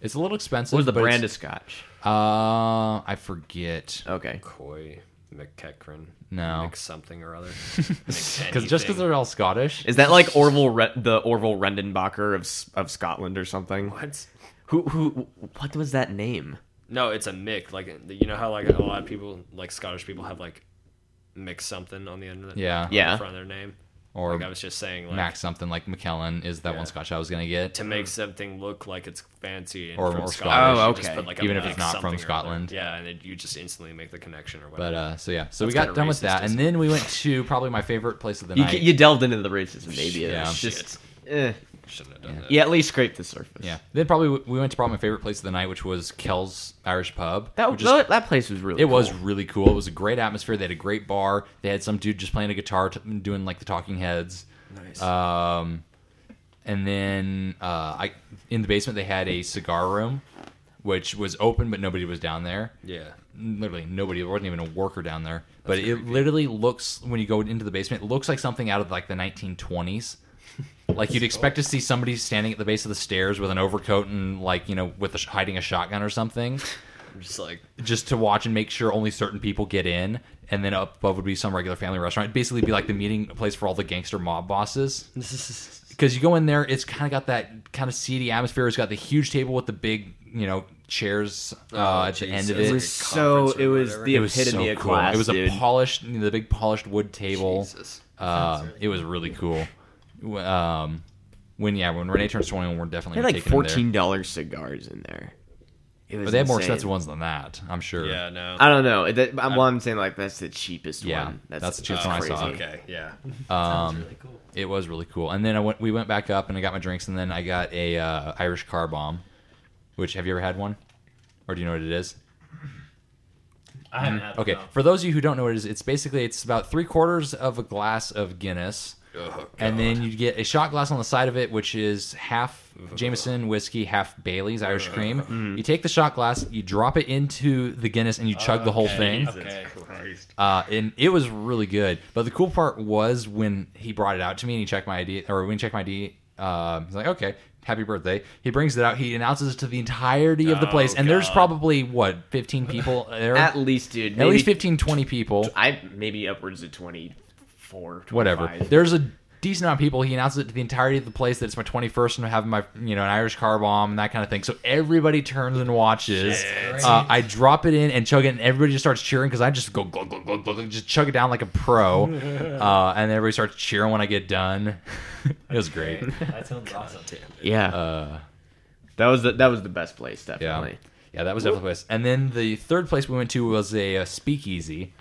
It's a little expensive.
What was the
but
brand Oh, of
it's-
scotch?
Uh, I forget.
Okay.
Coy McKechnie.
No.
Mc something or other.
Because just because they're all Scottish,
Is that like Orville, Re- the Orville Redenbacher of S- of Scotland or something?
what?
Who who? What was that name?
No, it's a Mick. Like you know how like a lot of people, like Scottish people, have like Mick something on the end of the,
Yeah.
on the
Yeah.
front of their name.
or
Like I was just saying, like
Max something like McKellen is that
Yeah.
one Scotch I was gonna get.
to make something look like it's fancy and
Mm. Or
from
more
Scotland,
Scottish.
you
Oh,
just put,
okay.
like, a
Even if it's
Mick
not from
something or other.
Scotland.
Yeah, and it, you just instantly make the connection or whatever.
But uh, so yeah, so we
That's
got
kinda
done with
racist,
that, and
isn't
then we went to probably my favorite place of the
You,
night.
you delved into the racism, maybe.
Yeah.
It's just, eh.
Shouldn't have done that.
you at least scraped the surface.
Yeah. Then probably w- we went to probably my favorite place of the night, which was Kell's Irish Pub.
That
which is-
that, that place was really.
it was
cool.
really cool. It was a great atmosphere. They had a great bar. They had some dude just playing a guitar, t- doing like the Talking Heads. Nice. Um, and then uh, I in the basement they had a cigar room, which was open, but nobody was down there.
Yeah.
Literally nobody. There wasn't even a worker down there. but it literally looks when you go into the basement, it looks like something out of like the 1920s. Like you'd expect to see somebody standing at the base of the stairs with an overcoat and like you know with a, sh- hiding a shotgun or something,
I'm just like
just to watch and make sure only certain people get in. And then up above would be some regular family restaurant. It'd basically be like the meeting place for all the gangster mob bosses. Because you go in there, it's kind of got that kind of seedy atmosphere. It's got the huge table with the big you know chairs uh, at the end
Jesus.
of it.
Oh, It was so.
Conference or
It was
whatever.
the
It was so
epitome of
cool.
class.
it was
dude.
a polished, you know, the big polished wood table. Uh,
Jesus.
Um, it was really cool. Um, when yeah, when Renee turns twenty one, we're definitely
They're like
taking him there.
fourteen dollars cigars in there. It was
But they have more
insane.
expensive ones than that, I'm sure.
Yeah, no.
I don't know. That, I'm, well, I'm saying like that's the cheapest
Yeah,
one. That's,
that's the cheapest
that's
one I
crazy.
saw.
Okay, yeah.
Um, It was really cool. And then I went. We went back up, and I got my drinks, and then I got a uh, Irish car bomb. Which have you ever had one, or do you know what it is?
I haven't had
Mm-hmm. Okay, for those of you who don't know what it is, it's basically it's about three quarters of a glass of Guinness,
Oh,
and then you get a shot glass on the side of it, which is half Jameson whiskey, half Bailey's
Uh-huh.
Irish cream. You take the shot glass, you drop it into the Guinness, and you chug the whole thing.
Okay.
Uh, and it was really good. But the cool part was when he brought it out to me and he checked my ID, or when he checked my ID, uh, he's like, okay, happy birthday. He brings it out, he announces it to the entirety of the
Oh,
place, and there's
God.
probably, what, 15 people there?
At least, dude.
At
maybe-
least 15, 20 people,
I maybe upwards of 24, 25.
whatever. There's a decent amount of people. He announces it to the entirety of the place that it's my 21st and I'm having my, you know, an Irish car bomb and that kind of thing. So everybody turns and watches. Uh, I drop it in and chug it, and everybody just starts cheering because I just go glug, glug, glug, glug, glug, just chug it down like a pro, uh, and everybody starts cheering when I get done. it was great.
That sounds awesome.
yeah.
Uh,
that was the, that was the best place
yeah.
definitely.
Yeah, that was definitely the place. And then the third place we went to was a, uh speakeasy,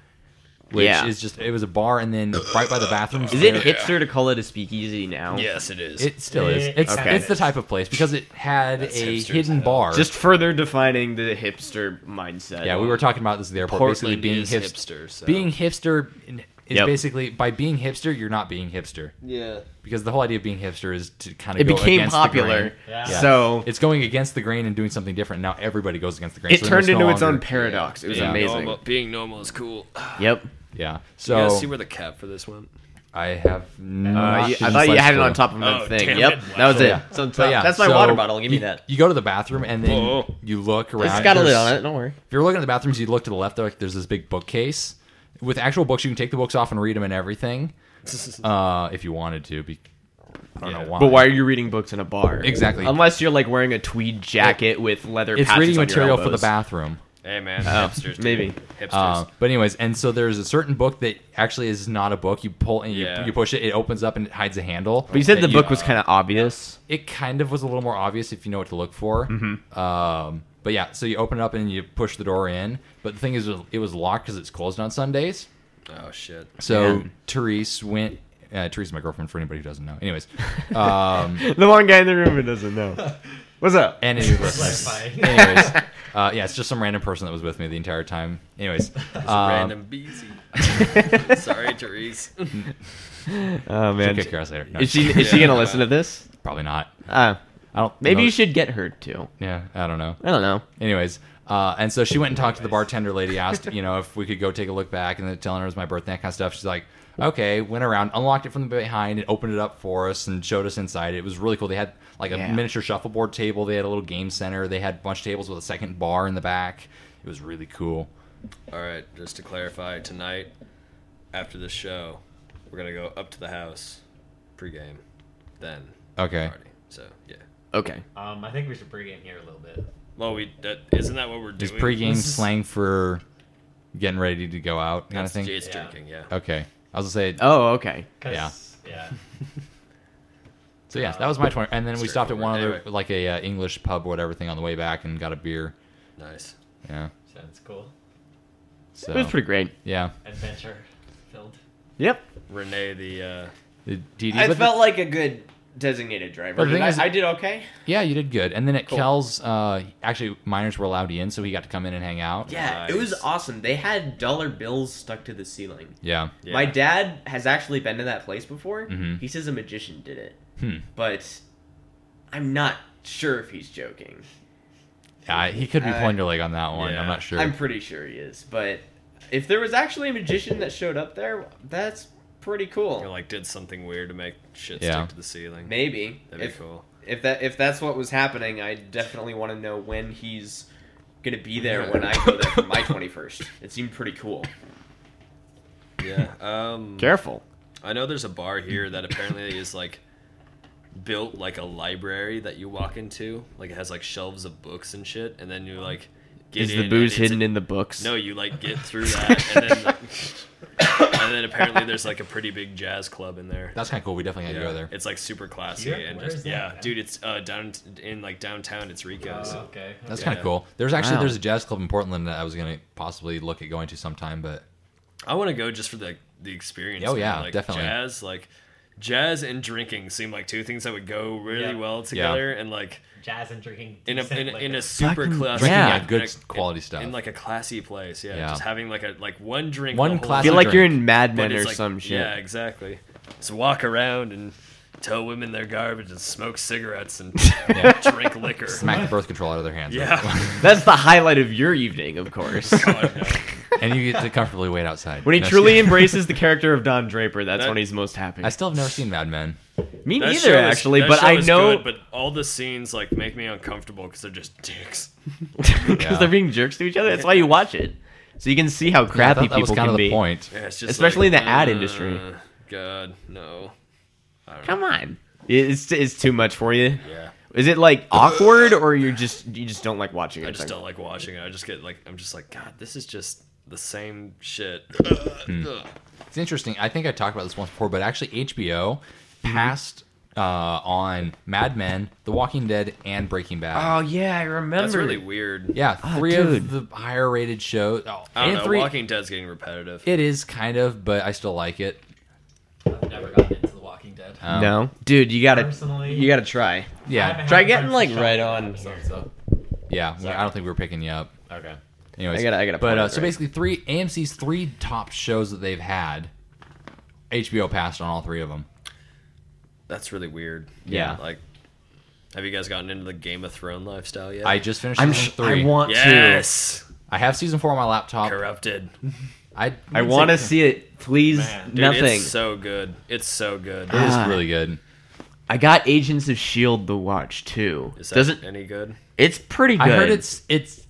which
Yeah.
is just it was a bar, and then right by the bathrooms.
Is it
there-
hipster to call it a speakeasy now?
Yes, it is.
It still is. It's,
Okay.
it's the type of place because it had
That's
a
hipsters,
hidden
though.
bar.
Just further defining the hipster mindset.
yeah, we were talking about this at the airport.
Portland
basically, being
is
hipster,
hipster. So.
being hipster in- is
Yep.
basically by being hipster, you're not being hipster
Yeah.
because the whole idea of being hipster is to kind of
It
go
became
against the grain.
popular.
Yeah.
Yeah.
So
It's going against the grain and doing something different. Now everybody goes against the grain.
it
so then
turned
no
into its own
longer-
paradox. It was
Yeah.
amazing.
Normal, being normal is cool.
Yep.
Yeah.
you
So
guys see where the cap for this went?
I have. Not
Uh, you- I
even
thought you
slightest
had it
clue.
on top of my
Oh,
thing.
damn
Yep.
it.
That was
So,
it.
yeah.
It's on
So,
top.
yeah,
That's my
so
water bottle. Give me
you-
that.
You go to the bathroom and then
Whoa.
you look around.
It's got a lid
There's-
on it. Don't worry.
If you're looking at the bathrooms, you look to the left. Like there's this big bookcase with actual books. You can take the books off and read them and everything, uh, if you wanted to. Be, I don't know why.
But why are you reading books in a bar?
Exactly.
Unless you're like wearing a tweed jacket with leather.
It's
patches
reading
on your
material for the
elbows.
bathroom.
Hey man, hipsters. do
maybe.
it. hipsters.
Oh, Uh, but anyways, and so there's a certain book that actually is not a book. You pull and you,
Yeah.
you push it. It opens up and it hides a handle.
But you said
that uh,
the book was kind of obvious.
it kind of was a little more obvious if you know what to look for.
Mm-hmm.
Um, but yeah, so you open it up and you push the door in. But the thing is, it was locked because it's closed on Sundays.
oh shit.
So
Man.
Therese went. Uh, Therese is my girlfriend for anybody who doesn't know. Anyways, um,
The one guy in the room who doesn't know. What's up?
and it was, anyways, uh, yeah, it's just some random person that was with me the entire time. Anyways, um,
Random BZ. Sorry, Therese.
Oh
she'll
man.
kick your ass later. No,
Is she is she
Yeah.
gonna listen to this?
probably not?
Uh,
I don't.
maybe
know.
you should get her to.
Yeah, I don't know.
I don't know.
Anyways, uh, and so she went and talked to the bartender lady, asked, you know, if we could go take a look back, and then telling her it was my birthday, and that kind of stuff. She's like, okay, went around, unlocked it from the behind, and opened it up for us, and showed us inside. It was really cool. They had like a
Yeah.
miniature shuffleboard table, they had a little game center, they had a bunch of tables with a second bar in the back. It was really cool.
All right, just to clarify, tonight after the show, we're gonna go up to the house, pregame, then
Okay.
party. So yeah.
Okay.
Um, I think we should pregame here a little bit.
Well, we that, isn't that what we're
Is
doing?
pregame slang for getting ready to go out kind
That's
of thing?
It's
Yeah.
drinking, yeah.
Okay. I was gonna say,
Oh, okay.
'Cause- Yeah.
so yeah, that was my 20. And then we stopped at one other,
Anyway.
like a uh, English pub, whatever thing on the way back and got a beer.
Nice.
Yeah.
Sounds cool.
So.
It was pretty great.
Yeah.
Adventure filled.
Yep.
Renee, the uh,
The DD,
I
but
felt like a good designated driver.
But the
Did
thing
I,
is-
I did okay.
yeah, you did good. And then at
Cool.
Kel's, uh, actually, minors were allowed in, so he got to come in and hang out.
Yeah, it was awesome. They had dollar bills stuck to the ceiling.
Yeah.
yeah. Mm-hmm.
My dad has actually been to that place before.
Mhm.
He says a magician did it,
Hmm.
but I'm not sure if he's joking.
Yeah, he could be
Uh,
pulling your leg on that one.
yeah.
I'm not sure.
I'm pretty sure he is, but if there was actually a magician that showed up there, that's pretty
Or,
cool.
like did something weird to make shit
Yeah.
stick to the ceiling.
Maybe
That'd be
if,
cool.
if that if that's what was happening, I definitely want to know when he's gonna be there when I go there for my 21st. It seemed pretty cool.
Yeah. Um,
Careful.
I know there's a bar here that apparently is like built like a library that you walk into. Like it has like shelves of books and shit, and then you like get in and it's-
in the books?
No, you like get through that, and then, and then apparently there's like a pretty big jazz club in there.
That's kind of cool. We definitely had to go there.
It's like super classy
Here?
and
Where
just
is that
yeah,
at?
dude. It's uh, down t- in like downtown. It's Rico's.
Oh, okay.
That's
Yeah.
kind of cool. There's actually
Wow.
there's a jazz club in Portland that I was gonna possibly look at going to sometime, but
I want to go just for the the experience.
Oh,
man.
yeah,
like,
definitely.
Jazz, like jazz and drinking seem like two things that would go really
Yeah.
well together, and like
Jazz and drinking.
in a
decent
in, a- in
liquor.
a super
Fucking
classy,
drinking, yeah,
in
good
a-
quality
in-
stuff.
in like a classy place. Yeah,
Yeah.
just having like a like one drink,
One
the whole
I
classy
feel
time,
like
drink.
you're in Mad
but
Men
it's,
or
like-
some shit.
Yeah, exactly. Just walk around and tell women they're garbage and smoke cigarettes and drink liquor.
smack the birth control out of their hands.
Yeah.
That's the highlight of your evening, of course.
God, Oh, no.
and you get to comfortably wait outside.
when he
That's-
truly embraces the character of Don Draper, that's
That-
when he's most happy.
I still have never seen Mad Men.
Me
That
neither,
show is-
actually.
that
But
show
I
is
know
good, but all the scenes like make me uncomfortable because they're just dicks.
because
Yeah.
they're being jerks to each other. That's why you watch it, so you can see how
Yeah, I
crappy
thought that was
people
kind
can
of the
be.
point.
Yeah, it's just
Especially in
like,
the ad
uh,
industry.
God, no.
Come on, it's it's too much for you.
Yeah.
Is it like awkward, or you just you just don't like watching it?
I just don't like watching it. I just get like, I'm just like, God, this is just the same shit. Ugh.
It's interesting. I think I talked about this once before, but actually HBO
Mm-hmm.
passed uh, on Mad Men, The Walking Dead, and Breaking Bad.
Oh yeah, I remember.
That's really weird.
yeah,
oh,
three
dude.
of the higher rated shows. Oh,
I don't
and
know.
three.
Walking Dead's getting repetitive.
it is kind of, but I still like it.
I've never gotten into The Walking Dead.
Um,
no, dude, you gotta
Personally,
you gotta try.
I
Yeah,
haven't
Try
had
getting,
time
like,
to shut
right
the
on
episodes up.
yeah. I don't think we were picking you up.
Okay.
Anyways,
I gotta- I gotta
But
point
uh,
it
so
right.
basically, three AMC's three top shows that they've had, HBO passed on all three of them.
That's really weird.
Yeah.
Like, have you guys gotten into the Game of Thrones lifestyle yet?
I just finished
I'm
season
sh-
three.
I want to.
yes.
I have season four on my laptop.
Corrupted.
I
I want to see it. Please,
Man,
Dude,
nothing.
It's so good. It's so good.
It is
Ah.
really good.
I E got Agents of Shield the watch too.
Is that
Doesn't
any good?
it's pretty good.
I heard it's it's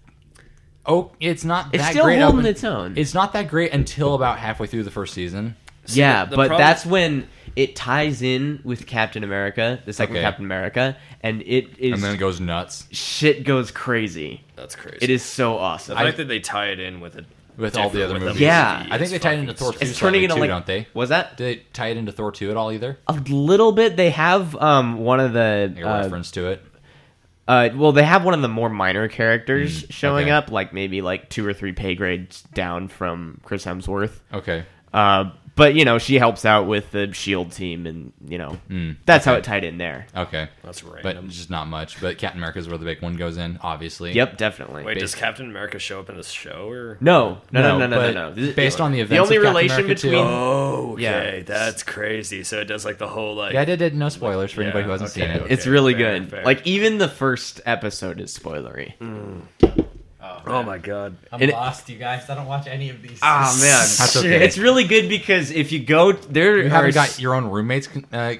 oh it's not
It's
that
still
great.
holding
up-
its own.
It's not that great until about halfway through the first season.
yeah,
the- the
but
problem-
that's when it ties in with Captain America, the second
Okay.
Captain America, and it is
And then it goes nuts
shit goes crazy.
That's crazy.
It is so
The
awesome.
fact that they tie it in with it.
with all the
different-
other
with
movies.
Yeah.
movie
I think
is
they tied it
fucking
into Thor.
stupid.
it's
Two
turning
slightly
into
too,
like
don't they?
was that
Do they tie it into Thor two at all either?
a little bit? They have um one of the
Like a
uh,
reference to it.
uh well they have one of the more minor characters showing
Mm, okay.
up, like maybe like two or three pay grades down from Chris Hemsworth.
Okay.
Uh, but you know she helps out with the Shield E team, and you know
Mm,
that's how it tied in there.
Okay.
That's random.
But just not much. But Captain America is where the big one goes in, obviously.
Yep, definitely.
Wait, does Captain America show up in this show or?
No, no, no, no, no,
No,
no.
but
no. This-
based on the
the
events
only
of Captain
relation
America 2.
between
Oh, okay,
Yeah.
that's crazy. So it does like the whole like.
Yeah, I did, did no spoilers for anybody who hasn't
okay,
seen it.
Oh, okay.
it's really
fair,
good.
fair. Mm.
Like even the first episode is spoilery.
oh my god,
I'm
And it-
lost, you guys. I don't watch any of these.
Ah.
Oh man,
That's okay.
It's really good because if you go there,
You
are s-
haven't got your own roommates, con- uh,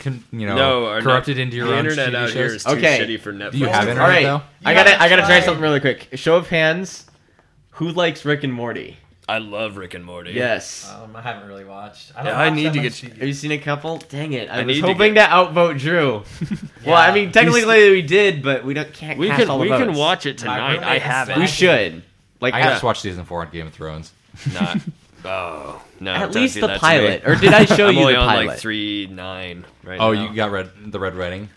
con- you know,
No, our
corrupted
net-
into your
the
own
internet
TV
out
shows.
here is too
Okay.
shitty for Netflix.
Do you have
All
internet
right,
though?
I
You
gotta,
gotta
I gotta try
try.
something really quick. Show of hands, who likes Rick and Morty?
I love Rick and Morty.
Yes.
Um, I haven't really watched. I, don't
Yeah, I
watch
need
that
to
much
get-
TV.
Have you seen a couple? Dang it! I,
I
was
need to
hoping to, outvote Drew. Well, I
Yeah.
mean, technically we did, but we don't can't.
we
cast
can
all the
we can
votes.
watch it tonight.
roommate
I
is
have
I
We
it.
like-
should. Like uh,
I
at-
just watched season four on Game of Thrones.
Not. Oh no!
at
don't
least
do
the
that to
pilot,
me.
or did I show
I'm
you
only
the
on
pilot?
like three nine right
Oh,
now.
you got red the red wedding.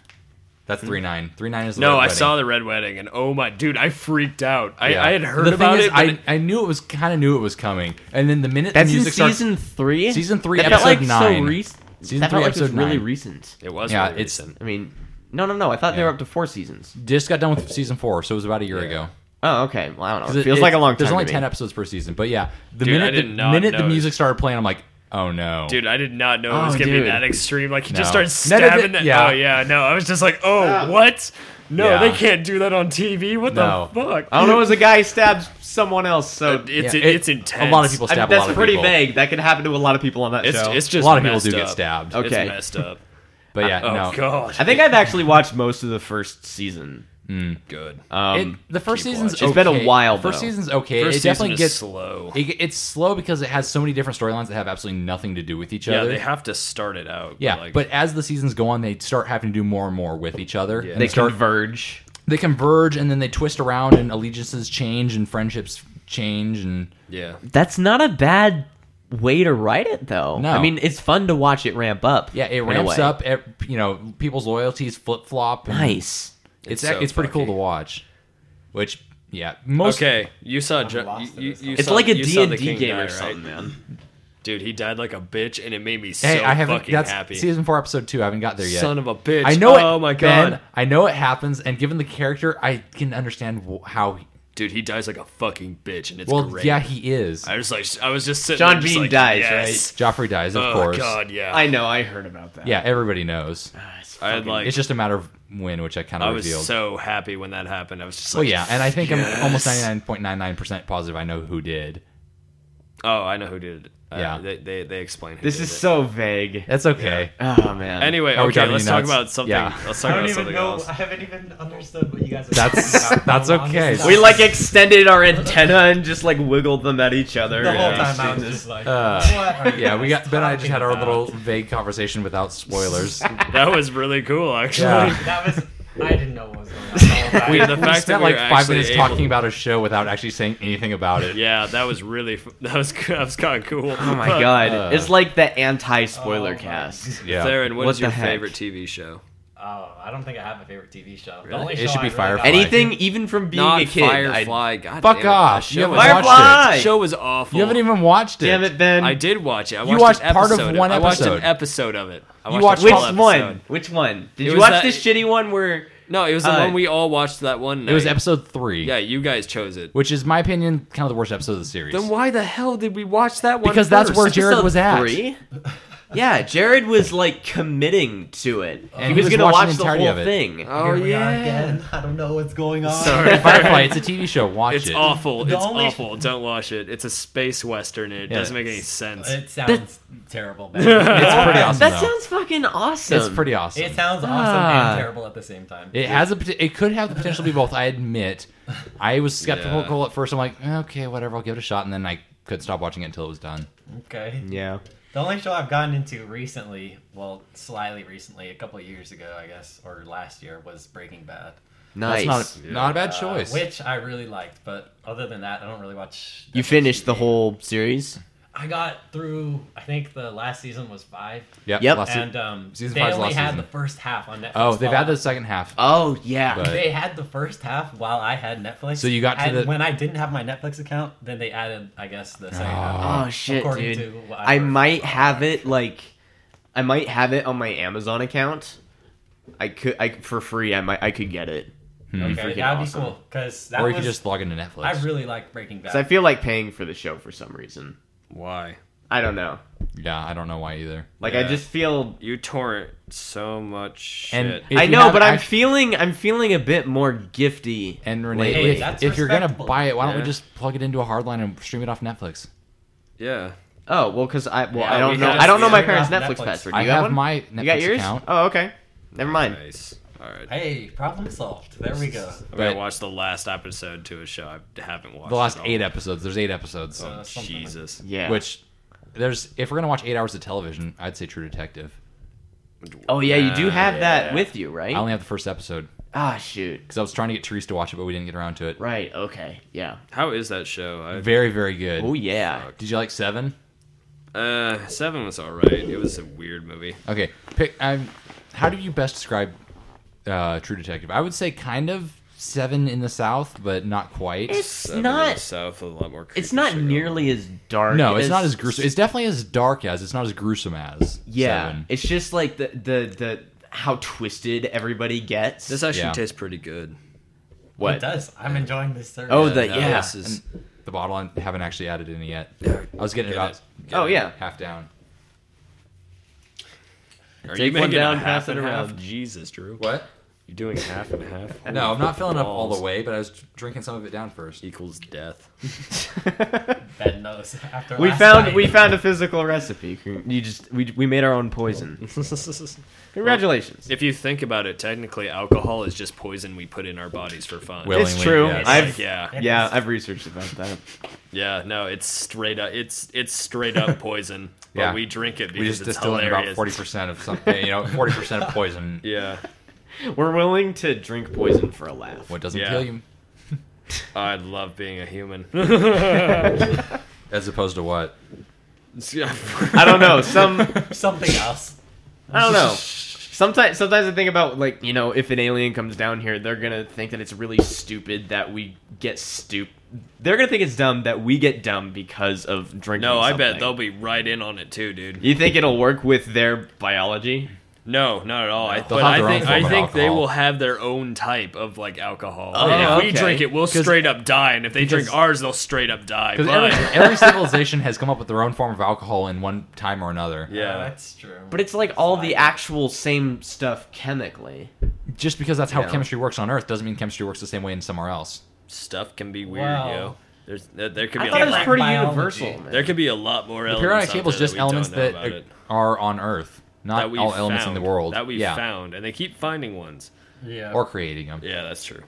That's three nine. Three nine is the
Hmm? No,
Red
I
Wedding.
saw the red wedding, and oh my dude, I freaked out. I,
Yeah.
I had heard
the
about
thing is,
it, but
I, I knew it was kind of knew it was coming, and then the minute
That's
the
in
music starts,
season three.
season three,
That felt
episode
like
nine.
So recent.
Season
that
three,
felt like it was
episode
really
nine.
recent.
it was
Yeah,
really
it's-
recent.
I mean, no, no, no. I thought they
Yeah.
were up to four seasons.
just got done with season four, so it was about a year ago.
Oh, okay. Well, I don't
'Cause
know. It
it-
feels
it-
like a long time.
There's
to
only
me.
ten episodes per season, but yeah, the
Dude, I
minute
did
the
not
minute the
notice.
music started playing, I'm like, oh no,
Dude, I did not know it was
Oh,
gonna
dude.
be that extreme. Like he just
No.
starts
None of it-
stabbing. it.
yeah.
Oh yeah, no, I was just like, oh what? No,
Yeah.
they can't do that on TV. What
No.
the fuck?
I don't know. As a guy stabs someone else, so
Uh, It's
Yeah, it-
it's intense.
A lot of people
I mean,
stab. a
that's
lot of
pretty
people.
vague. That could happen to a lot of people on that
It's,
show.
it's just
A lot of people
messed
do get
up.
stabbed.
It's
Okay.
messed up.
But yeah,
oh
no.
god,
I think I've actually watched most of the first season.
good.
Um,
It- the first
keep
season's
watching.
It's been a
okay.
while,
The First
though.
season's okay.
First
it definitely
season
gets
is slow.
It, it's slow because it has so many different storylines that have absolutely nothing to do with each
yeah,
other.
they have to start it out.
yeah,
like,
but as the seasons go on, they start having to do more and more with each other. And
they
they start
converge.
they converge and then they twist around and allegiances change and friendships change and
yeah,
That's not a bad way to write it, though.
No.
I mean, it's fun to watch it ramp up.
Yeah,
in a
it ramps
way.
up. ev- You know, people's loyalties flip flop.
Nice.
It's
It's ac-
so
it's pretty cool to
funky.
watch. Which yeah, most
Okay, you saw. Ju-
lost
you, you,
at
you
It's
saw-
like a
you
D
saw
and
the
D
king
game
die,
or
right?
something, man.
Dude, he died like a bitch, and it made me so
Hey, I haven't.
fucking
that's
happy.
season four, episode two. I haven't got there yet.
Son of a bitch.
I know it.
Oh my
Ben,
God.
I know it happens, and given the character, I can understand wh- how.
Dude, he dies like a fucking bitch, and it's
well,
great.
yeah, he is.
I was like, I was just sitting.
John
there just
Bean
like,
dies,
yes.
Joffrey dies, of
oh
course.
God, yeah.
I know. I heard about that.
Yeah, everybody knows.
I had like.
it's just a matter of when, which I kind
I
of
was
revealed.
so happy when that happened. I was just like,
well, yeah, and I think I'm almost
yes.
99.99% positive I know who did.
Oh, I know who did it. Uh,
Yeah.
they they, they explain. Who
This
did
is
it.
so vague.
That's okay.
Oh man.
Anyway,
Are we
okay,
driving
let's
you
talk
nuts?
about something.
Yeah.
Let's talk
I don't
about
even
something
know.
else.
I haven't even understood what you guys are
That's-
talking about.
that's
How long
okay.
this is
We,
we
out.
like extended our antenna and just like wiggled them at each other.
the whole
Yeah.
time I was just like,
Uh,
what? Are you
Yeah, we
guys
got Ben and I just
talking
had our
about?
little vague conversation without spoilers.
That was really cool, actually.
Yeah.
That was. I didn't know what was going on. the whole time.
We- the
uh,
fact
we
that
spent
we
like
were
five
actually
minutes
able-
talking about a show without actually saying anything about it.
Yeah, that was really f- that was that was kind of cool.
Oh my god.
Uh.
it's like the anti
Oh
spoiler
my
cast.
Yeah.
Theron,
What
what's
the
your
heck?
favorite TV show?
Oh, I don't think I have a favorite TV show. The
Really?
only
It
show
should
I
be
really
Firefly.
got-
Any-
Anything even from being
Not
a kid. I-
Firefly. God
Fuck
damn it,
off.
that show
You haven't
was-
watched
Firefly!
That show was awful.
You haven't even watched it.
Damn it, Ben.
I did watch it. I
You
watched,
watched part of
episode
one
I watched
episode.
an episode of it. I watched,
You watched
a
Which
full
one?
episode.
Which one? Did
It
you
was
watch
that-
this shitty one where
No, it was the
Uh,
one we all watched that one night.
It was episode three.
Yeah, you guys chose it.
Which is my opinion, kind of the worst episode of the series.
Then why the hell did we watch that one?
Because that's
first?
where Jared
Episode
was at.
Three? yeah, Jared was like committing to it.
And
he
he
was,
was
gonna
watching
watch
the
the
entirety
whole
of it.
thing.
Oh
Here we are
yeah.
again. I don't know what's going on.
Sorry.
Firefly, it's a TV show. Watch
It's
it.
awful.
The
it's
only-
awful. Don't watch it. It's a space western. It
Yeah.
doesn't make any sense.
It sounds terrible. man.
It's pretty awesome.
that
though.
sounds fucking awesome.
It's pretty awesome.
It sounds awesome
Ah.
and terrible at the same time.
it has a. pot- It could have the potential to be both. I admit, I was skeptical at first. I'm like, "Eh, okay, whatever. I'll give it a shot, and then I couldn't stop watching it until it was done.
Okay.
Yeah.
The only show I've gotten into recently, well, slightly recently, a couple of years ago, I guess, or last year, was Breaking Bad.
Nice.
That's not a, not a bad
Uh,
choice.
which I really liked, but other than that, I don't really watch. that
you
much
finished the
TV.
whole series?
I got through. I think the last season was five,
yep.
Yep.
last se-
and um,
season
they
five's
only
last
had
season.
the first half on Netflix.
oh, they've
while-
had the second half.
Oh yeah.
But-
They had the first half while I had Netflix.
So you got to
and
the-
when I didn't have my Netflix account, then they added, I guess, the second
Ah.
half.
oh shit,
Um, According
dude.
to what I
I
heard
might
from
have it like I might have it on my Amazon account. I could I for free I might I could get it.
Okay,
freaking
that'd be
awesome.
cool because that
or
was.
you could just log into Netflix.
I really like Breaking Bad.
'Cause I feel like paying for the show for some reason.
why?
I don't know.
yeah, I don't know why either.
Like I
Yeah.
just feel
You torrent so much shit.
And if
I
you
know,
have
but I'm
act-
feeling I'm feeling a bit more gifty.
And Renee,
Hey,
if,
that's
if you're gonna
respectable.
buy it, why don't we
Yeah.
just plug it into a hardline and stream it off Netflix?
yeah.
Oh well, because I well
Yeah,
I don't
we
know
have-
I don't know my
we have
parents'
Netflix.
Netflix, password. Do
I
you have,
have
one?
my Netflix
you got yours?
account.
Oh okay, never mind.
Nice. All right.
Hey, problem solved. There we go.
I'm gonna
But-
watch the last episode to a show I haven't watched.
The last
at all.
eight episodes. There's eight episodes.
Uh, something like-
Jesus.
Yeah.
Which there's if we're gonna watch eight hours of television, I'd say True Detective.
oh yeah, you do
Uh,
have that
yeah.
with you, right?
I only have the first episode
ah shoot.
because I was trying to get Therese to watch it, but we didn't get around to it.
Right. Okay. Yeah.
How is that show? I,
Very very good.
Oh yeah.
Did you like Seven?
Uh, Seven was all right. It was a weird movie.
Okay. Pick. I'm, how do you best describe uh, True Detective? I would say kind of Seven in the South, but not quite.
It's
Seven in
not.
the South with a lot more.
It's
creepy
not
shit going
nearly as dark.
no, it's not as gruesome. It's definitely as dark as. It's not as gruesome as.
yeah.
Seven.
It's just like the the the how twisted everybody gets.
on. This actually
Yeah.
tastes pretty good.
It does. I'm enjoying this service.
Oh the
No,
yeah.
This is,
the bottle I haven't actually added in yet. I was getting it
Get
about
it.
Oh, yeah.
half down.
are
Take
you
one
making
down,
a
pass
half
it
and half?
around.
Jesus, Drew.
What?
You're doing half and half.
No, I'm not filling up all the
Balls.
way, but I was drinking some of it down first.
Equals death.
Ben knows. After
we
last
found
night.
we found a physical recipe. You just we we made our own poison. Congratulations.
If you think about it, technically, alcohol is just poison we put in our bodies for fun.
Well-
it's
Willingly,
true.
yes.
I've
yeah,
yeah I've researched about that.
yeah, no, it's straight up. It's it's straight up poison. But
Yeah.
we drink it because
we just
it's
distilled
hilarious.
about forty percent of something. You know, forty percent of poison.
Yeah,
We're willing to drink poison for a laugh.
What doesn't
Yeah.
kill you,
I love being a human.
as opposed to what?
I don't know. Some
Something else.
I don't know. Sometimes, sometimes I think about like you know, if an alien comes down here, they're gonna think that it's really stupid that we get stupid. They're gonna think it's dumb that we get dumb because of drinking.
No, I bet
something.
they'll be right in on it too, dude.
You think it'll work with their biology?
No, not at all. I,
They'll
but
have
I
their own
think
form
I
of
think they
alcohol.
will have their own type of like alcohol.
Oh,
And
yeah,
if we
okay.
drink it, we'll straight up die, and if they drink
because-
ours, they'll straight up die.
Because
But
every, every civilization has come up with their own form of alcohol in one time or another.
yeah,
Oh, that's true.
But it's like all the actual same stuff chemically.
Just because that's how
Yeah.
chemistry works on Earth doesn't mean chemistry works the same way in somewhere else.
stuff can be weird,
Wow.
yo. There's there, there could be
I
a
thought it was
lot,
pretty
Biology.
universal, man.
there could be a lot more
The
elements.
periodic
out
table is
there
just
we don't
elements
know
that
about it.
are on Earth, not
that we
all
found,
elements in the world.
that we
yeah,
found, and they keep finding ones.
yeah.
or creating them.
Yeah, that's true.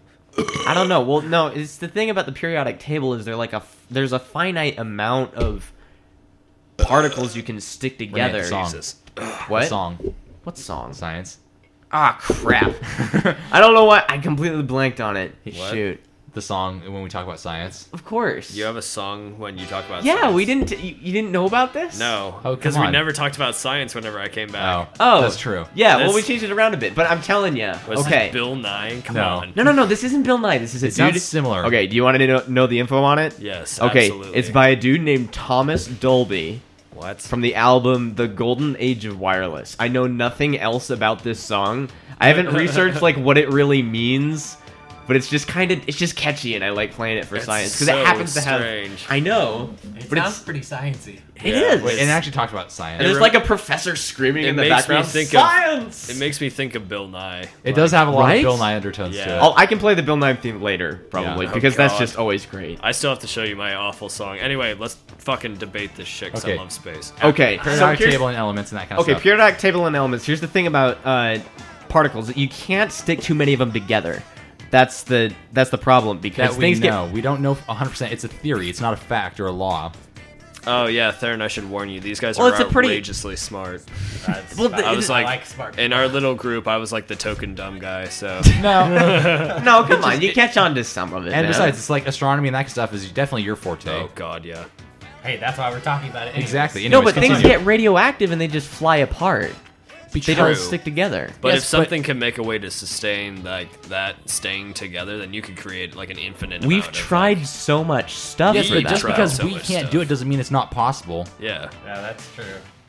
I don't know. Well, no, it's the thing about the periodic table is there like a f- there's a finite amount of particles you can stick
Renee, the
together.
song.
What
The song
What song?
science.
Ah, crap. I don't know why I completely blanked on it.
What?
Shoot.
The song when we talk about science.
Of course.
You have a song when you talk about.
yeah,
science?
we didn't. you, you didn't know about this?
Oh,
No,
come
because we
on.
never talked about science whenever I came
Oh,
back.
Oh,
that's true.
Yeah. Well,
This-
we changed it around a bit, but I'm telling you.
Was
Okay.
it Bill Nye? Come
No.
on.
no, no, no. This isn't Bill Nye. This is a
It
dude.
sounds similar.
Okay. Do you want to know, know the info on it?
Yes.
Okay.
Absolutely.
It's by a dude named Thomas Dolby
what?
from the album The Golden Age of Wireless. I know nothing else about this song. I haven't researched like what it really means, but it's just kind of it's just catchy and I like playing it for
That's
science because
so
it happens to have
strange.
I know,
It
but
sounds
it's
pretty sciencey.
It
Yeah,
is.
Wait, and it actually talked about science.
And
It,
there's like a professor screaming
it
in the
makes me
background.
think of-
Science.
It makes me think of Bill Nye.
does have a lot
Right?
of Bill Nye undertones
Yeah.
to it.
oh, I can play the Bill Nye theme later, probably,
Yeah. Oh,
because that's
God.
just always great.
I still have to show you my awful song. Anyway, let's fucking debate this shit 'cause
Okay.
I love space.
Okay, so
Periodic
here's,
table and elements and that kind of
okay,
stuff.
periodic table and elements. Here's the thing about uh, particles: you can't stick too many of them together. That's the that's the problem because
that we
things
know. We don't know 100. percent It's a theory. It's not a fact or a law.
Oh yeah, Theron, I should warn you. These guys
Well,
are
it's a pretty-
outrageously smart.
That's
Well,
about-
the-
I was like,
smart.
in our little group, I was like the token dumb guy. So
No.
get no. Come on, you catch on to some of it.
and
man.
besides, it's like astronomy and that stuff is definitely your forte.
oh god, yeah.
hey, that's why we're talking about it. anyways.
Exactly.
no,
Anyways,
but things
continue.
get radioactive and they just fly apart. They
True.
don't stick together.
But
Yes,
if
but-
something can make a way to sustain like that staying together, then you could create like an infinite.
We've
amount of,
tried so much stuff
Yes,
for
but
that.
just
tried
because
so
we
much
can't
stuff.
do it doesn't mean it's not possible.
like- yeah.
Yeah, that's true.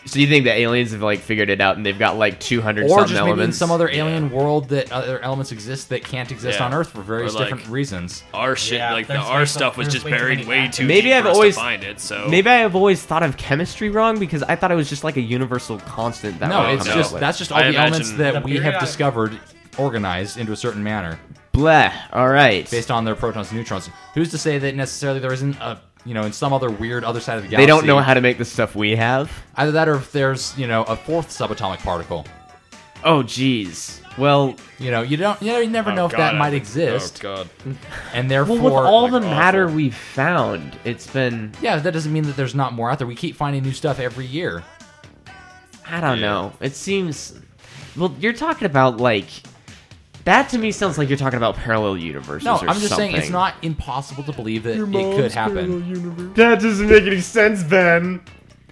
So you think the aliens have like figured it out and they've got like 200
Or
some
just maybe in
elements?
some other alien world that other elements exist that can't exist
Yeah.
on Earth for various
Or, like-
different reasons.
Our shit,
Yeah,
like the
there's
our
way-
stuff was
there's
just
way too
buried
many
way
factors.
too
Maybe
deep
I've
for us to
always-
find it. So
Maybe I have always thought of chemistry wrong because I thought it was just like a universal constant that
No,
we're
it's
coming
just
up with.
that's just all
I
the elements
imagine-
that
The
we have
periodic-
discovered organized into a certain manner
bleh. All right.
based on their protons and neutrons. Who's to say that necessarily there isn't a you know in some other weird other side of the galaxy?
They don't know how to make the stuff we have.
either that or if there's you know a fourth subatomic particle.
Oh jeez. Well,
You know you don't you never
Oh,
know if
God,
that
I
might
would-
exist,
Oh god.
and therefore
well with all
like,
the matter
awful.
we've found, it's been
Yeah, that doesn't mean that there's not more out there. We keep finding new stuff every year.
I don't
Yeah.
know. It seems well, you're talking about like that to me sounds like you're talking about parallel universes.
No,
or
I'm just saying it's
something.
not impossible to believe that it could happen.
That doesn't make any sense, Ben.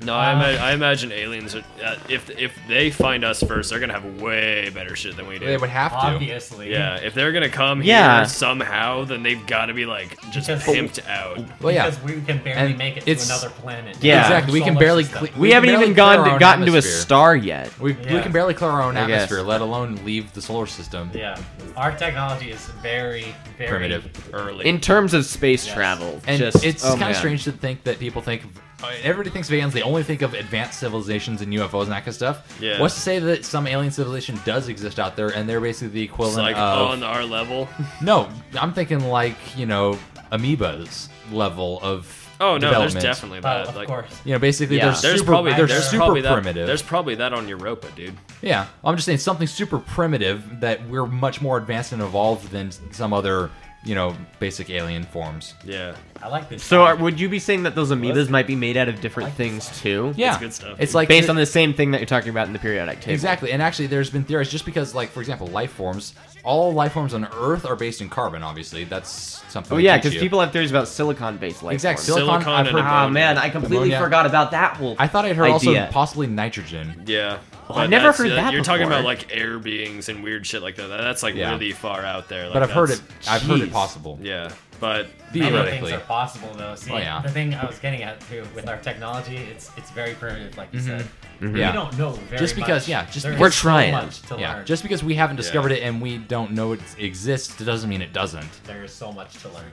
No, I, ima- I imagine aliens. Are, uh, if if they find us first, they're gonna have way better shit than we do.
They would have to.
Obviously.
yeah, if they're gonna come
Yeah.
here somehow, then they've got to be like just
Because-
pimped out.
Well, yeah.
Because we can barely
And
make it
it's-
to another planet.
Yeah.
Exactly. We can barely. cle-
click.
We,
can
haven't
barely
even
clear
gone
our
to,
own
gotten to a
atmosphere.
star yet.
We, we
Yeah.
can barely clear our own
I guess.
atmosphere, let alone leave the solar system.
Yeah. Our technology is very, very
Primitive.
early.
In terms of space
Yes.
travel,
And
just
it's
oh,
kind
man.
of strange to think that people think. of- I mean, Everybody thinks of aliens. They only think of advanced civilizations and UFOs and that kind of stuff.
Yeah.
What's to say that some alien civilization does exist out there, and they're basically the
it's
equivalent
like
of
on our level.
No, I'm thinking like you know amoebas level of
Oh no, there's
development.
definitely
Well,
that.
of
like,
course.
you know basically
Yeah.
they're
There's
super
probably
they're
there's
super
probably that,
primitive.
There's probably that on Europa, dude.
yeah, I'm just saying something super primitive that we're much more advanced and evolved than some other you know basic alien forms.
Yeah.
I like this.
So are, would you be saying that those amoebas might be made out of different things too?
Yeah,
good stuff.
It's like
Based
the-
on the same thing that you're talking about in the periodic table.
Exactly, and actually, there's been theories just because, like, for example, life forms. All life forms on Earth are based in carbon. Obviously, that's something.
Oh
we
yeah,
teach
because
you.
people have theories about silicon-based life
Exact-
forms.
silicon,
Silicon
I've
and
heard-
Ah man, I completely
Ammonia.
forgot about that whole.
I thought I'd heard
idea.
also possibly nitrogen.
Yeah.
I
But
never
that's-
heard
uh,
that
You're talking
before.
about like air beings and weird shit like that. That- That's like
Yeah.
really far out there. Like,
But I've heard it.
that's-
I've heard it
Jeez.
possible.
Yeah, but
Many things
Theoretically,
are possible though. See,
Oh, yeah.
the thing I was getting at too with our technology, it's it's very primitive, like you said.
Mm-hmm.
Mm-hmm.
Yeah.
We don't know very
Just because-
much.
yeah, just
There
because- We're
is so
trying.
much to
yeah.
learn.
Just because we haven't discovered it and we don't know it exists, it doesn't mean it doesn't.
there is so much to learn.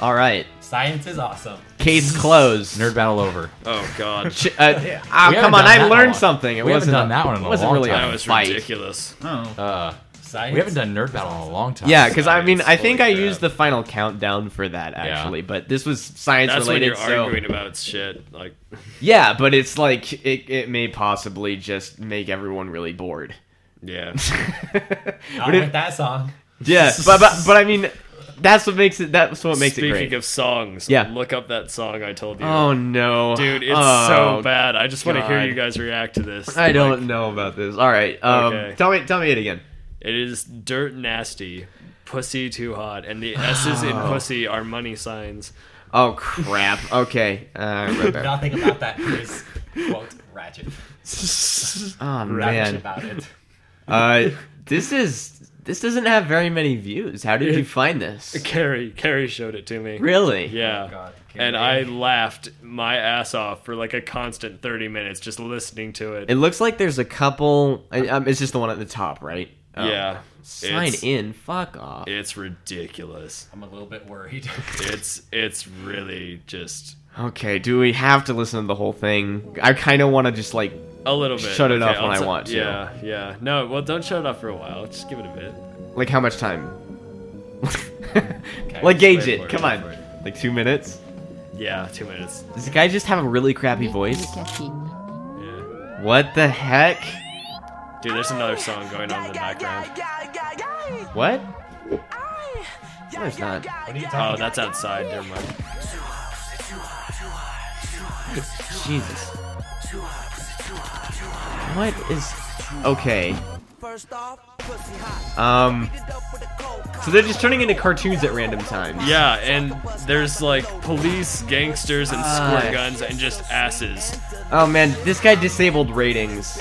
All right,
Science is awesome.
case closed.
Nerd battle over.
oh god,
Ch- uh, ah,
We haven't
come on,
done that
I
in a
learned
while.
something. It
We haven't
wasn't
done
a-
that one in a
wasn't
long
really
that
time.
a
was
fight.
ridiculous.
Uh,
Science.
we haven't done nerd battle in a long time.
Yeah, because I mean,
Science,
I think I
holy
used the
crap.
final countdown for that actually, but this was science
That's when
related.
you're
so
arguing about shit. Like,
yeah, but it's like it, it may possibly just make everyone really bored.
yeah,
Not
But it-
with that song.
yeah, but, but but I mean, that's what makes it. That's what makes
Speaking
it great.
of songs,
Yeah.
look up that song I told you.
oh no,
Dude, it's
Oh,
so bad. I just want to hear
God.
you guys react to this.
I don't
Like,
know about this. All right, um,
Okay.
tell me tell me it again.
it is dirt nasty, pussy too hot, and the S's in pussy are money signs.
Oh crap. Okay. Uh, right there.
Nothing about that is quote ratchet.
oh
Ratchet
man.
about it.
Uh, this is this doesn't have very many views. How did you find this?
Carrie, Carrie showed it to me.
Really?
Yeah.
God, Carrie.
and I laughed my ass off for like a constant 30 minutes just listening to it.
It looks like there's a couple. I, um, it's just the one at the top, right? Oh.
yeah.
Sign
it's,
in. Fuck off.
It's ridiculous.
I'm a little bit worried.
It's it's really just
Okay. Do we have to listen to the whole thing? I kind of want to just like.
a little bit.
Shut it off when
I'll
I
t-
want to.
Yeah, yeah. No, well, don't shut it off for a while. Just give it a bit.
Like how much time? like gauge
wait for
it.
it,
Come
wait
on.
for it.
Like two minutes.
Yeah, two minutes.
Does the guy just have a really crappy voice?
Yeah.
What the heck?
Dude, there's another song going on in the background.
What? No, it's not.
Oh, that's outside. Never mind.
Jesus. What is okay? Um. So they're just turning into cartoons at random times.
Yeah, and there's like police, gangsters, and
Ah.
squirt guns, and just asses.
Oh man, this guy disabled ratings.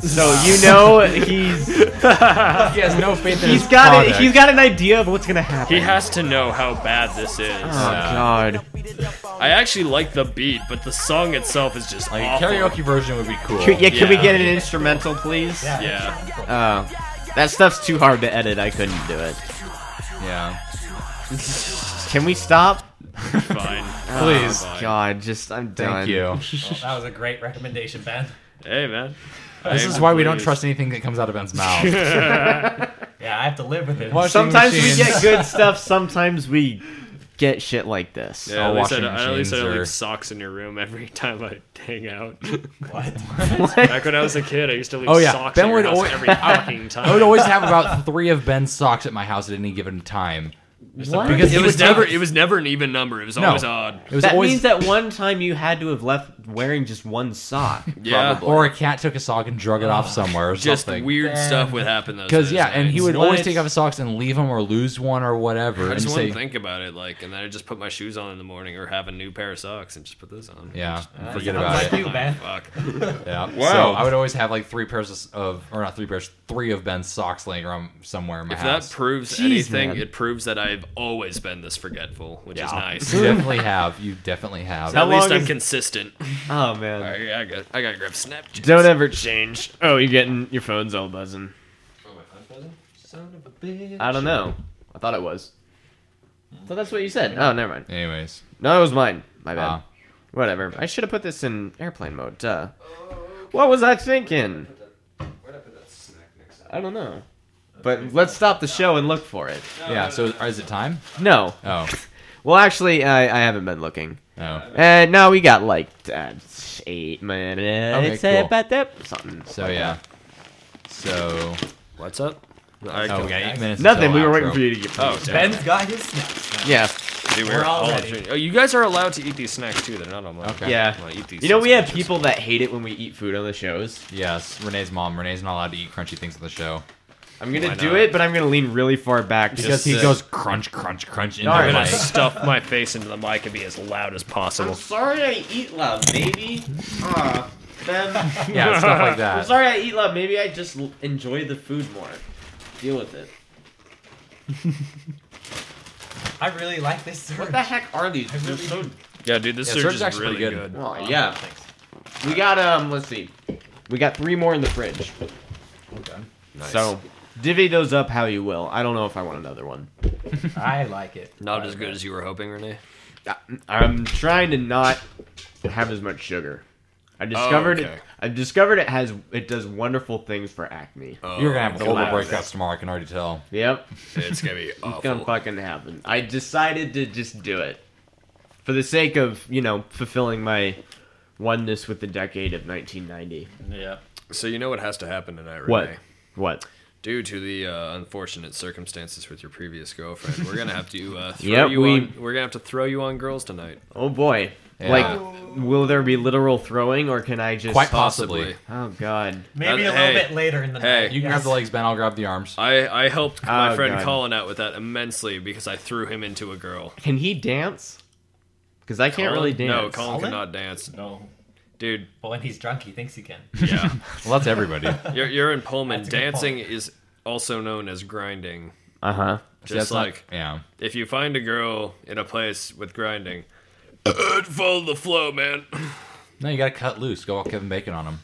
So you know he's
He has no faith in
he's
his
got it,
product.
he's got an idea of what's gonna happen.
He has to know how bad this is.
Oh god.
I actually like the beat, but the song itself is just
Like a
awful.
karaoke version would be cool.
Could, yeah, could we
Yeah.
get an instrumental, please?
Yeah,
Oh, that stuff's too hard to edit. I couldn't do it.
Yeah.
Can we stop?
fine.
Please.
Fine.
God, just I'm done.
Thank you.
Well, that was a great recommendation, Ben.
Hey, man.
This
I'm
is why we don't
pleased.
trust anything that comes out of Ben's mouth.
Yeah, I have to live with it.
Washing
Sometimes we
machines.
get good stuff. Sometimes we get shit like this.
Yeah, at least, I,
washing
don't- at least I
machines
don't
are-
leave socks in your room every time I hang out.
What?
Back when I was a kid, I used to leave
Oh, yeah.
socks
Ben
in your
would
house
always-
every fucking time.
I would always have about three of Ben's socks at my house at any given time.
What?
Because he
it was
would take-
never. It was never an even number. It was
No.
always odd.
It was
that
always
means that one time you had to have left wearing just one sock.
Yeah.
probably.
or a cat took a sock and drug it off somewhere or
Just
something.
weird stuff would happen those.
Because
Because
yeah, and he would
What?
always take off his socks and leave them or lose one or whatever,
I
and
just
say,
wouldn't think about it, like, and then I just put my shoes on in the morning, or have a new pair of socks and just put those on.
yeah, and forget
sounds
about
like
it.
you, Ben.
Fuck.
Yeah.
Wow.
So I would always have like three pairs of- of, or not three pairs, three of Ben's socks laying around somewhere in my
If that
house.
proves
Jeez,
anything,
man.
it proves that I've always been this forgetful, which is nice.
you definitely have. You definitely have.
At least
long
I'm
is-
consistent.
Oh man.
I, I got, I gotta grab Snapchat.
Don't ever change. Oh, you're getting your phone's all buzzing.
Oh,
I don't know. I thought it was. So that's what you said. Oh, never mind.
Anyways,
No, it was mine. My bad.
Ah.
Whatever. I should have put this in airplane mode. Duh.
Oh,
What was I thinking? I don't know. But let's stop the show and look for it.
yeah. So is it time?
No.
Oh,
Well, actually, I, I haven't been looking.
no.
Uh, no, we got like uh, eight minutes.
Okay, cool.
About that something.
So yeah. So
What's up?
oh, we got eight minutes.
Nothing.
until
We were waiting
outro.
for you to get.
Oh, damn.
Ben's got his snaps.
Yeah.
Dude, we
We're
were
all
all
ready.
drinking- Oh, you guys are allowed to eat these snacks too. They're not unlawful.
Okay.
Yeah.
I'm gonna eat these
You know, we have
sausages.
people that hate it when we eat food on the shows.
Yes, Renee's mom. Renee's not allowed to eat crunchy things on the show
I'm gonna
Why
do
not?
it, but I'm gonna lean really far back
because
just
he
to-
goes crunch, crunch, crunch into
I'm
the
gonna
mic.
stuff my face into the mic and be as loud as possible.
Sorry, I eat loud, maybe. Ah, them.
Yeah, stuff like
I'm
that.
sorry I eat loud. Maybe I just l- enjoy the food more. Deal with it.
I really like this syrup.
What the heck are these? They're so.
Yeah, dude, this
Yeah,
surge
surge
is
is actually
really
pretty good.
good.
Well, yeah. We got um. Let's see. We got three more in the fridge.
Nice.
So divvy those up how you will. I don't know if I want another one.
I like it.
not as good as you were hoping, Renee.
I- I'm trying to not have as much sugar. I discovered
Oh, okay.
it. I've discovered it has it does wonderful things for acne.
Oh.
You're gonna have
the
global
last-
breakups tomorrow. I can already tell.
Yep,
It's gonna be
it's gonna
awful.
fucking happen. I decided to just do it for the sake of you know fulfilling my oneness with the decade of 1990.
Yeah.
So you know what has to happen tonight, Renee?
What? What?
Due to the uh, unfortunate circumstances with your previous girlfriend, we're gonna have to uh, throw
Yep,
you
we-
on. We're gonna have to throw you on girls tonight.
Oh boy!
Yeah.
Like, will there be literal throwing, or can I just?
Quite possibly.
Oh god!
Maybe
That-
a little
hey.
bit later in the
Hey.
night.
You can grab the legs, Ben. I'll grab the arms.
I, I helped my
Oh,
friend
God.
Colin out with that immensely because I threw him into a girl.
Can he dance? Because I can't really
Colin-
dance.
No, Colin,
Colin?
cannot dance,
No.
dude.
But when he's drunk, he thinks he can.
Yeah,
Well, that's everybody.
you're, you're in Pullman.
That's a good
Dancing is also known as grinding.
Uh huh.
See,
Just
that's not-
like
yeah.
if you find a girl in a place with grinding, follow the flow, man.
No, you gotta cut loose. Go all Kevin Bacon on him.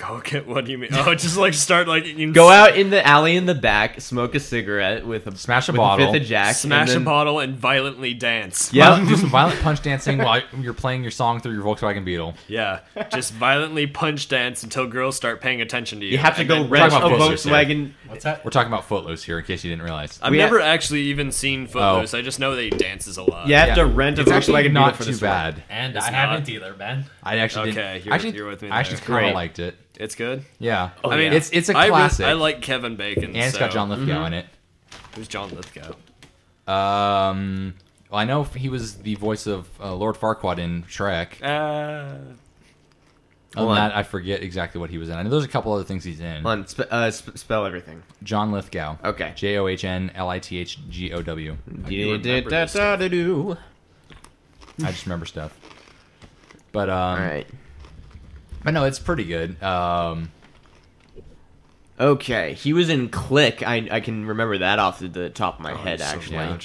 Go get what do you mean? Oh, just like start like you
Go out in the alley in the back, smoke a cigarette with a
Smash a
with
bottle.
fifth of Jack,
smash
and
a
then-
bottle, and violently dance.
Yeah.
do some violent punch dancing while you're playing your song through your Volkswagen Beetle.
Yeah, just violently punch dance until girls start paying attention to you.
You have to
And
go
then-
rent a
Talk about posters here.
Volkswagen.
What's that?
We're talking about Footloose here, in case you didn't realize.
I've
we
never
ha-
actually even seen Footloose. I just know that he dances a lot.
You have
Oh. Yeah.
to rent a
It's actually
Volkswagen
not
Beetle for
too
this one.
bad.
And
It's
I
not.
haven't either, Ben.
I actually
Okay,
didn't-
you're-
actually,
you're with me
I actually
there.
kind
Great. Oh,
of liked it.
it's good.
Yeah,
I mean,
it's it's a
I re-
classic.
I like Kevin Bacon.
and it's
so.
got John Lithgow
Mm-hmm.
in it.
Who's John Lithgow?
Um, well, I know he was the voice of uh, Lord Farquaad in Shrek.
Uh,
Other
on.
than that, I forget exactly what he was in. I know there's a couple other things he's in.
Hold on, sp- uh, sp- spell everything.
John Lithgow.
Okay.
J o h n l i t h g o w.
remember this
Da-da-da-da-do.
I just remember stuff. But um,
All right.
but no, it's pretty good. Um,
Okay, he was in Click. I I can remember that off the- the top of
Oh,
my head.
so
Actually,
yeah.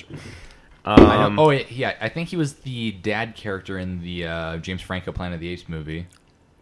I
um,
know. Oh, wait, yeah. I think he was the dad character in the uh, James Franco Planet of the Apes movie.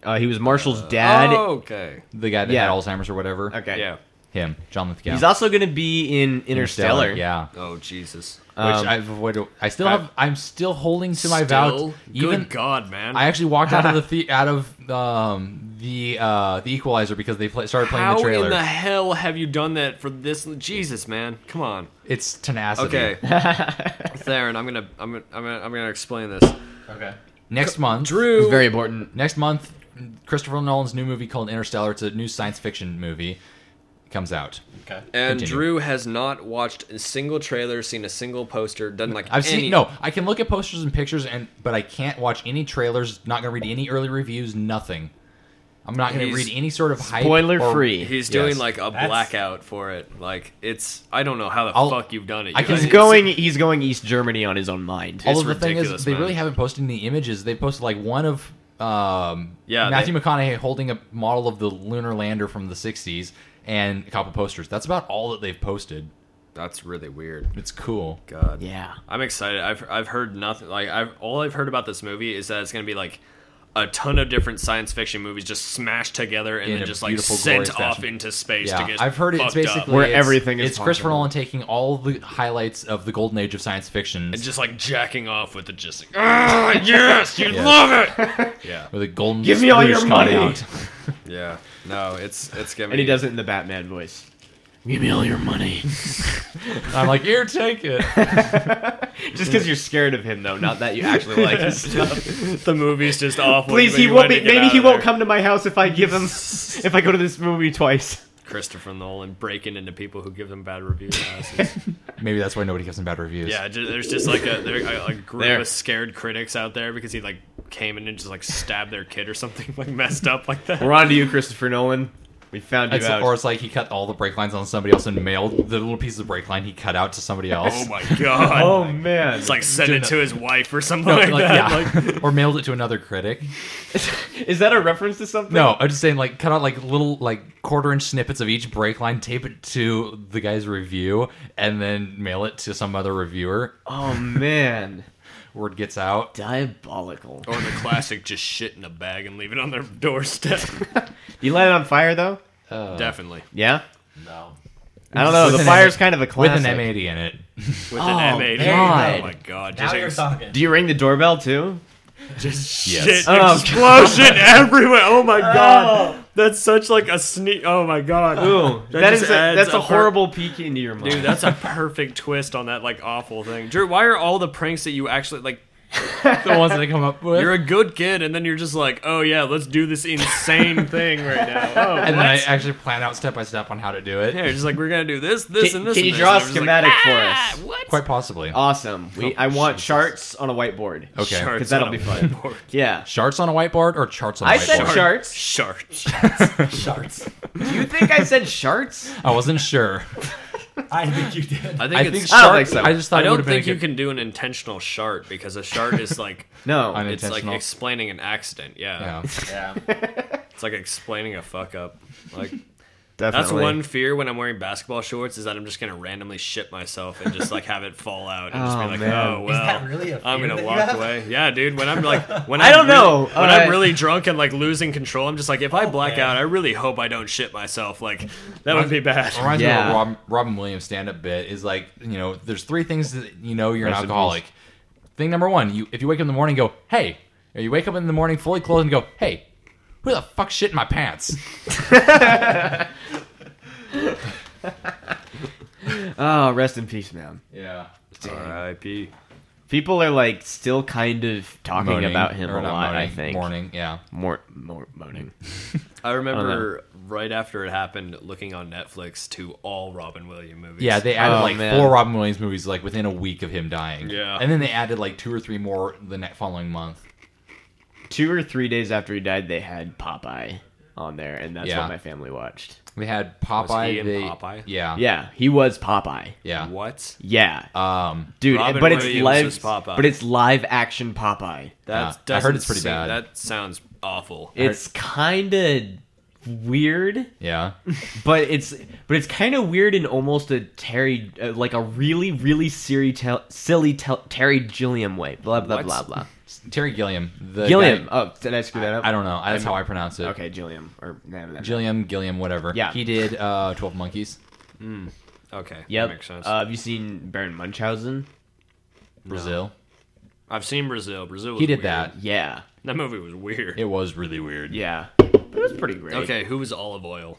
uh, he was Marshall's dad.
oh, okay.
The guy that
Yeah.
had Alzheimer's or whatever.
Okay,
Yeah.
Him, John Lithgow.
he's also going to be in Interstellar.
Yeah.
Oh Jesus.
Um,
Which I've avoided. I still
I-
have. I'm still holding to my
Still?
vow. Even
Good God, man.
I actually walked out of the, the out of um, the uh, the Equalizer because they play, started playing
How
the trailer.
in the hell have you done that for this? Jesus, man. Come on.
It's tenacity.
Okay. Theron, I'm gonna, I'm gonna, I'm gonna, I'm gonna explain this.
Okay.
Next month,
It's
Drew.
very important.
next month, Christopher Nolan's new movie called Interstellar. It's a new science fiction movie. Comes out.
Okay.
And
Continue.
Drew has not watched a single trailer, seen a single poster, done like
I've
any-
seen no. I can look at posters and pictures, and but I can't watch any trailers. Not gonna read any early reviews. Nothing. I'm not gonna
He's
read any sort of hype.
Spoiler
or-
free.
He's
Yes.
doing like a
That's-
blackout for it. Like it's, I don't know how the
I'll-
fuck you've done it.
I
You
can-
guys.
He's going. He's going East Germany on his own mind.
It's
Although the thing
ridiculous,
is, they
man.
really haven't posted any images. They posted like one of um,
Yeah,
Matthew McConaughey holding a model of the lunar lander from the '60s and a couple posters. That's about all that they've posted.
That's really weird.
It's cool.
God.
Yeah.
I'm excited. I've I've heard nothing. Like I've all I've heard about this movie is that it's gonna be like a ton of different science fiction movies just smashed together and
In
then
a
just like
beautiful,
sent
glorious
off
fashion.
into space.
Yeah,
to get
I've heard it's
fucked up.
basically
Where
it's-
everything is
It's Christopher
possible.
Nolan taking all the highlights of the golden age of science fiction
and just like jacking off with the just like ah yes you love it yeah
with a golden.
Give me all
screws
your
coming
money!
out.
yeah no it's it's gonna
And he does it in the Batman voice. Give me all your money.
I'm like, here, take it.
Just because you're scared of him, though, not that you actually like his stuff.
the movie's just awful
Please,
You
he
want
won't.
to
Be,
get
maybe
out
he
of
won't
there.
come to my house if I give him. if I go to this movie twice.
Christopher Nolan breaking into people who give him bad reviews. Asses.
Maybe that's why nobody gives him bad reviews.
yeah, ju- there's just like a, there, a, a group
There.
of scared critics out there because he like came in and just like stabbed their kid or something like messed up like that.
We're on to you, Christopher Nolan. We found you
It's-
out.
or it's like he cut all the brake lines on somebody else and mailed the little piece of brake line he cut out to somebody else.
Oh my god!
oh man,
It's like send it to his wife or something
No,
like,
like,
that.
yeah. or mailed it to another critic.
is that a reference to something?
No, I'm just saying, like, cut out like little, like, quarter inch snippets of each brake line, tape it to the guy's review, and then mail it to some other reviewer.
Oh man,
Word gets out.
diabolical.
Or the classic, just shit in a bag and leave it on their doorstep.
You light it on fire though?
Definitely
Yeah.
No.
I don't know.
With
The
an
fire's
M-
kind of a
With
classic.
an M80 in it.
with
Oh,
an M80.
God.
Oh my god!
Now
Just,
you're
ex-
talking.
Do you ring the doorbell too?
just
Yes.
shit
Oh,
explosion everywhere. Oh my god! That's such like a sneak. Oh my god!
Ooh,
That
that
just
is a,
adds
that's a,
a hor-
horrible peek into your mind.
Dude, that's a perfect twist on that like awful thing. Drew, why are all the pranks that you actually like?
The ones that they come up with.
You're a good kid, and then you're just like, oh yeah, let's do this insane thing right now. Oh,
and
what?
then I actually plan out step by step on how to do it.
yeah, just like we're gonna do this, this,
Can-
and this.
can
and
you
this.
draw a
And I'm just like,
schematic for
"Ah,
us?"
What?
Quite possibly.
Uh, awesome. We, I want charts on a whiteboard.
Oh, okay.
Charts
Because that'll
on a
be fun.
whiteboard.
Yeah.
Charts on a whiteboard or charts on a
I
whiteboard?
said charts.
Charts.
Sharks.
You think I said charts?
I wasn't sure.
I think you did.
I think
I
I
it's.
think
don't
shark. I,
think so.
just thought
I
it
don't
would have been.
think
a
you
good-
can do an intentional shart because a shart is like
No.
it's like
unintentional.
explaining an accident. Yeah.
yeah.
Yeah.
it's like explaining a fuck up. Like
Definitely.
that's one fear when I'm wearing basketball shorts is that I'm just gonna randomly shit myself and just like have it fall out and just be
Oh,
like,
man.
oh well,
that really a
I'm
fear
gonna
that you
walk
have?
away. Yeah, dude. When I'm like, when
I don't
I'm really-
know.
when
Uh,
I'm really drunk and like losing control, I'm just like, if I black out, I really hope I don't shit myself. Like that would be bad.
Reminds me
Yeah.
of a Rob, Robin Williams stand-up bit. Is like you know, there's three things that you know you're an
Rest in peace.
alcoholic. Thing number one, you if you wake up in the morning, go hey. Or you wake up in the morning fully clothed and go hey, who the fuck shit in my pants?
Oh, rest in peace, man.
Yeah.
R.I.P.
People are like still kind of talking
Moaning,
about him
or
a
not
lot.
moaning,
I think.
Morning. Yeah.
More, more moaning.
I remember right after it happened, looking on Netflix to all Robin Williams movies.
Yeah, they added
Oh,
like
man.
four Robin Williams movies like within a week of him dying.
Yeah.
And then they added like two or three more the next following month.
Two or three days after he died, they had Popeye on there, and that's
Yeah.
what my family watched.
They had Popeye.
he in
they-
Popeye?
Yeah.
Yeah, he was Popeye.
Yeah.
what?
Yeah,
Um,
dude.
Robin
but it's
Williams
live.
is Popeye.
But it's live action Popeye.
That
Yeah, I heard
doesn't
it's pretty
seem-
bad.
That sounds awful.
It's kind of weird,
yeah.
but it's but it's kind of weird in almost a Terry, uh, like a really really silly, tel- silly tel- Terry Gilliam way. Blah blah
What?
blah blah.
Terry Gilliam. The
Gilliam.
guy-
Oh, did I screw that up?
I don't know. That's how I pronounce it.
Okay, Gilliam or no, no, no.
Gilliam, Gilliam, whatever.
Yeah.
He did uh, Twelve Monkeys.
Okay, yeah,
Yep.
makes sense.
Uh, have you seen Baron Munchausen?
Brazil.
I've seen Brazil. Brazil. Was
He did
weird.
that.
Yeah,
That movie was weird.
It was really weird.
yeah. It was pretty great.
Okay, who was Olive Oil?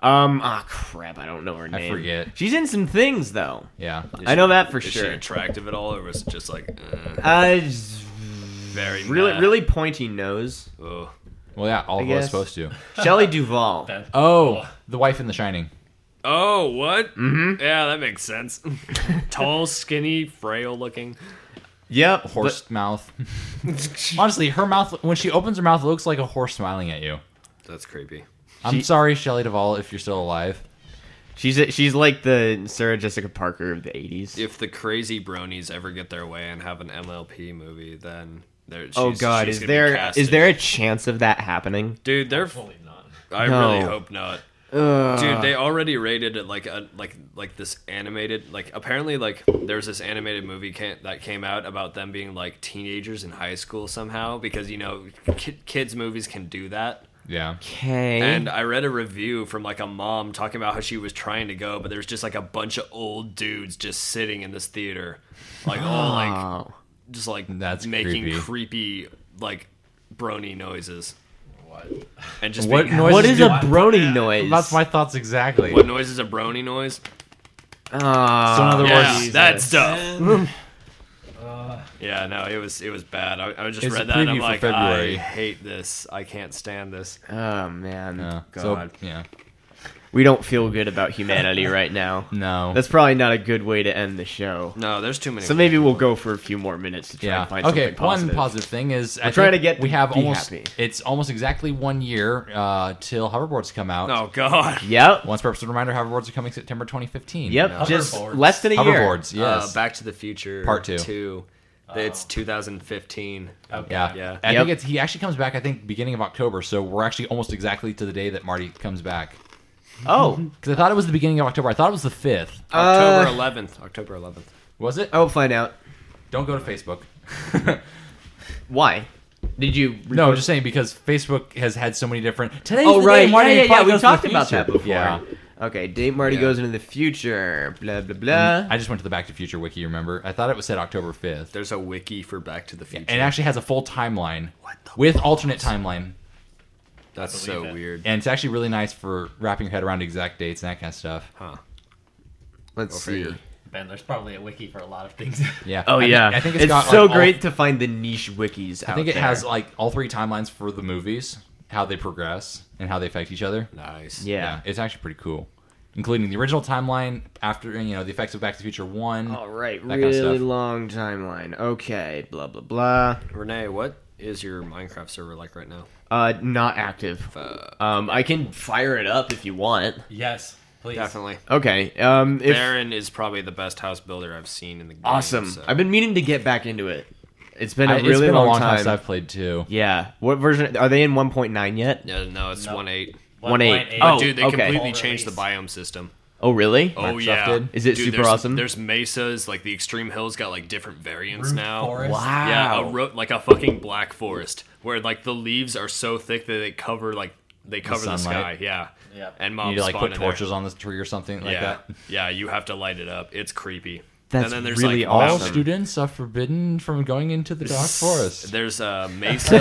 Um. Ah, crap. I don't know her
I
name.
forget.
She's in some things though.
Yeah.
I know that for
Is she
sure.
attractive at all, or was it just like uh,
Uh,
very
really,
meh?
really pointy nose.
Ugh.
Well, yeah. All
I
of us
guess.
supposed to.
Shelley Duvall.
Oh, the wife in The Shining.
Oh, what? Mm-hmm. Yeah, that makes sense. Tall, skinny, frail looking.
Yep.
Horse mouth. Honestly, her mouth when she opens her mouth it looks like a horse smiling at you.
That's creepy.
I'm sorry, Shelley Duvall, if you're still alive.
but She's a, she's like the Sarah Jessica Parker of the '80s.
If the crazy bronies ever get their way and have an MLP movie, then there. She's,
oh God,
she's
is
gonna be
there
cast
is
as-
there a chance of that happening?
dude? They're.
Probably not.
I
No.
really hope not. Dude, they already rated it like a, like like this animated like apparently like there's this animated movie can, that came out about them being like teenagers in high school somehow because you know ki- kids movies can do that.
Yeah.
Okay.
Hmm?
And uh, I read a review from like a mom talking about how she was trying to go, but there's just like a bunch of old dudes just sitting in this theater, like all like
oh.
just like
That's
making
creepy.
creepy like brony noises. What? And just
What
being-
noise-
What is a
What?
brony noise?
That's my thoughts exactly.
What noise is a brony noise?
Ah.
So in other
Yeah,
words,
that stuff. yeah, no, it was it was bad. I, I just
It's
read
a
that and
preview
I'm
for
like,
February.
I hate this. I can't stand this.
Oh man.
Yeah.
God.
So yeah.
We don't feel good about humanity right now.
No.
That's probably not a good way to end the show.
No, there's too many.
So maybe we'll go for a few more minutes to try
yeah.
and find
okay.
something positive.
One positive thing is I
We're trying
think
to get
we have
be
almost
happy.
it's almost exactly one year uh, till hoverboards come out.
Oh God.
Yep.
Once purpose reminder, hoverboards are coming September 2015.
Yep.
Yeah.
Just
Hoverboards.
less than a
Hoverboards,
Uh,
yes.
Back to the Future
Part two.
It's 2015.
yeah.
yeah.
I
Yep.
think it's he actually comes back. I think beginning of October. So we're actually almost exactly to the day that Marty comes back.
year. Oh.
Because I thought it was the beginning of October. I thought it was the fifth.
October
Uh,
11th. October 11th.
Was it?
I'll find out.
Don't go to Facebook.
Why? Did you?
No, I'm just saying because Facebook has had so many different. Today's
Oh
the
right,
day Marty
yeah, yeah,
McFly
yeah, we
goes to the
talked about
future.
that before.
Yeah,
Okay, date Marty goes into the future. Blah blah blah.
Mm, I just went to the Back to Future wiki. Remember, I thought it was said October 5th.
There's a wiki for Back to the Future.
It actually has a full timeline with alternate timeline,
That's so weird.
and it's actually really nice for wrapping your head around exact dates and that kind of stuff.
Let's see.
Ben, there's probably a wiki for a lot of things.
Yeah.
Oh
I think-
yeah,
I think it's got,
so
like, all-
great to find the niche wikis.
I think it has like all three timelines for the movies, how they progress, and how they affect each other.
Nice.
yeah.
it's actually pretty cool, including the original timeline after you know the effects of Back to the Future One.
All right,
That
really
kind of stuff.
long timeline. Okay, blah blah blah.
Renee, what is your Minecraft server like right now?
Uh, not active. Um, I can fire it up if you want.
yes, please.
Definitely.
Okay. Um, if
Baron is probably the best house builder I've seen in the game.
awesome.
so-
I've been meaning to get back into it. It's been a
I-
really
it's been
long,
a long time,
time.
since I've played too.
Yeah. What version are they in? One point nine yet?
Yeah, no, it's
No.
one eight.
1.8.
But
Oh,
dude, they
okay.
completely
Full
changed the
release.
biome system.
Oh really?
Oh
Microsoft
yeah,
did?
Is it
Dude,
super
there's-
awesome?
There's mesas, like the extreme hills got like different variants
Root
now.
forest.
Yeah, a ro- like a fucking black forest where like the leaves are so thick that they cover like they cover the, sky.
sunlight.
Yeah,
Yeah.
and
You
mobs
need to like
spawn
put
in there.
torches on this tree or something like
yeah,
that.
yeah, you have to light it up. It's creepy.
That's
and then there's
really
like
awesome.
All
mountain-
students are forbidden from going into the dark forest.
There's uh, mesas.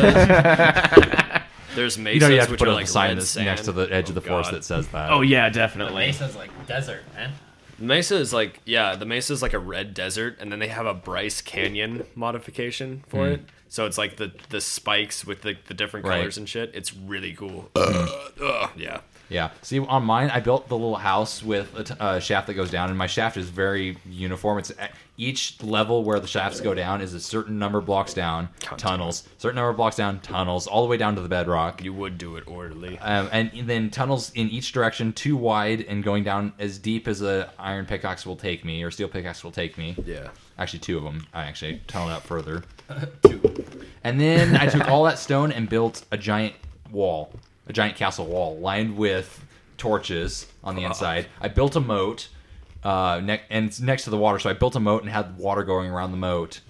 there's mesas
You know, you have to
which
put
are
up
like
a sign
red
that's
sand.
next to the edge of
Oh,
the forest
God.
that says that.
Oh yeah,
The
definitely.
mesa's like desert, man.
Mesa is like yeah, the Mesa is like a red desert, and then they have a Bryce Canyon modification for it. So it's like the the spikes with the, the different
Right.
colors and shit. It's really cool. Ugh, yeah,
Yeah. See, on mine, I built the little house with a t- a shaft that goes down, and my shaft is very uniform. It's at each level where the shafts go down is a certain number of blocks down, tunnels, certain number of blocks down, tunnels, all the way down to the bedrock.
you would do it orderly.
Um, and then tunnels in each direction, too wide and going down as deep as a iron pickaxe will take me, or steel pickaxe will take me.
Yeah,
Actually, two of them. I actually tunneled out further. And then I took all that stone and built a giant wall, a giant castle wall, lined with torches on the inside. I built a moat, uh, ne- and it's next to the water, so I built a moat and had water going around the moat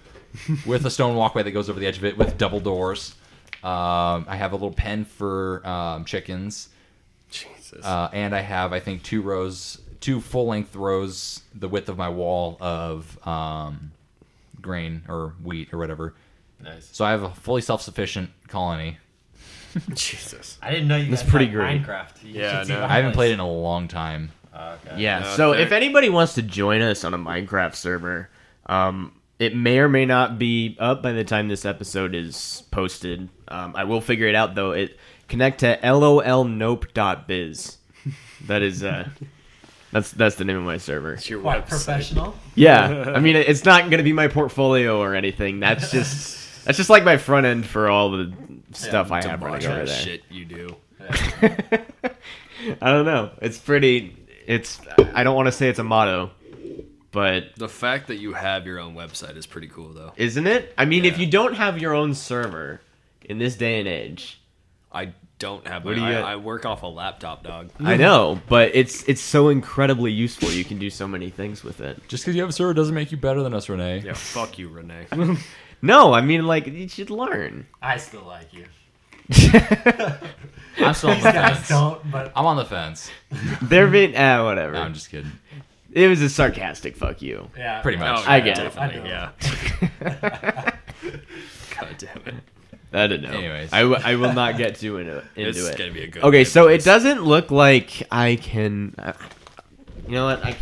with a stone walkway that goes over the edge of it with double doors. Um, I have a little pen for um, chickens,
Jesus.
uh, and I have I think two rows, two full length rows, the width of my wall of um, grain or wheat or whatever.
Nice.
So I have a fully self-sufficient colony.
Jesus.
I didn't know you.
That's
guys
pretty
liked
great.
Minecraft. You
Yeah,
should see
no.
my
I haven't
place.
played it in a long time.
Oh, okay.
Yeah.
Uh,
so
there-
if anybody wants to join us on a Minecraft server, um, it may or may not be up by the time this episode is posted. Um, I will figure it out though. It connect to lolnope.biz. That is uh, that's that's the name of my server.
It's your
What,
website.
professional?
Yeah. I mean, it's not going to be my portfolio or anything. That's just that's just like my front end for all the stuff I have running over
Debauchery
there.
shit you do.
I don't know. It's pretty. It's. I don't want to say it's a motto, but
The fact that you have your own website is pretty cool, though.
isn't it? I mean, if
Yeah.
you don't have your own server in this day and age,
I don't have.
What
My,
do you
I,
got?
I work off a laptop, dog.
I know, but it's it's so incredibly useful. You can do so many things with it.
Just because you have a server doesn't make you better than us, Renee.
Yeah, fuck you, Renee.
No, I mean, like you should learn.
I still like you.
I'm still on the
These guys
fence.
don't, but
I'm on the fence.
They're
Mm-hmm.
being ah whatever.
No, I'm just kidding.
It was a sarcastic fuck you.
yeah.
Pretty much.
Oh,
I
yeah,
get it.
definitely,
I know.
Yeah. God damn it.
I don't know.
Anyways.
I, w- I will not get too into, into
This is
it.
gonna be a good.
Okay,
good
so it
place.
doesn't look like I can. Uh, you know what? I,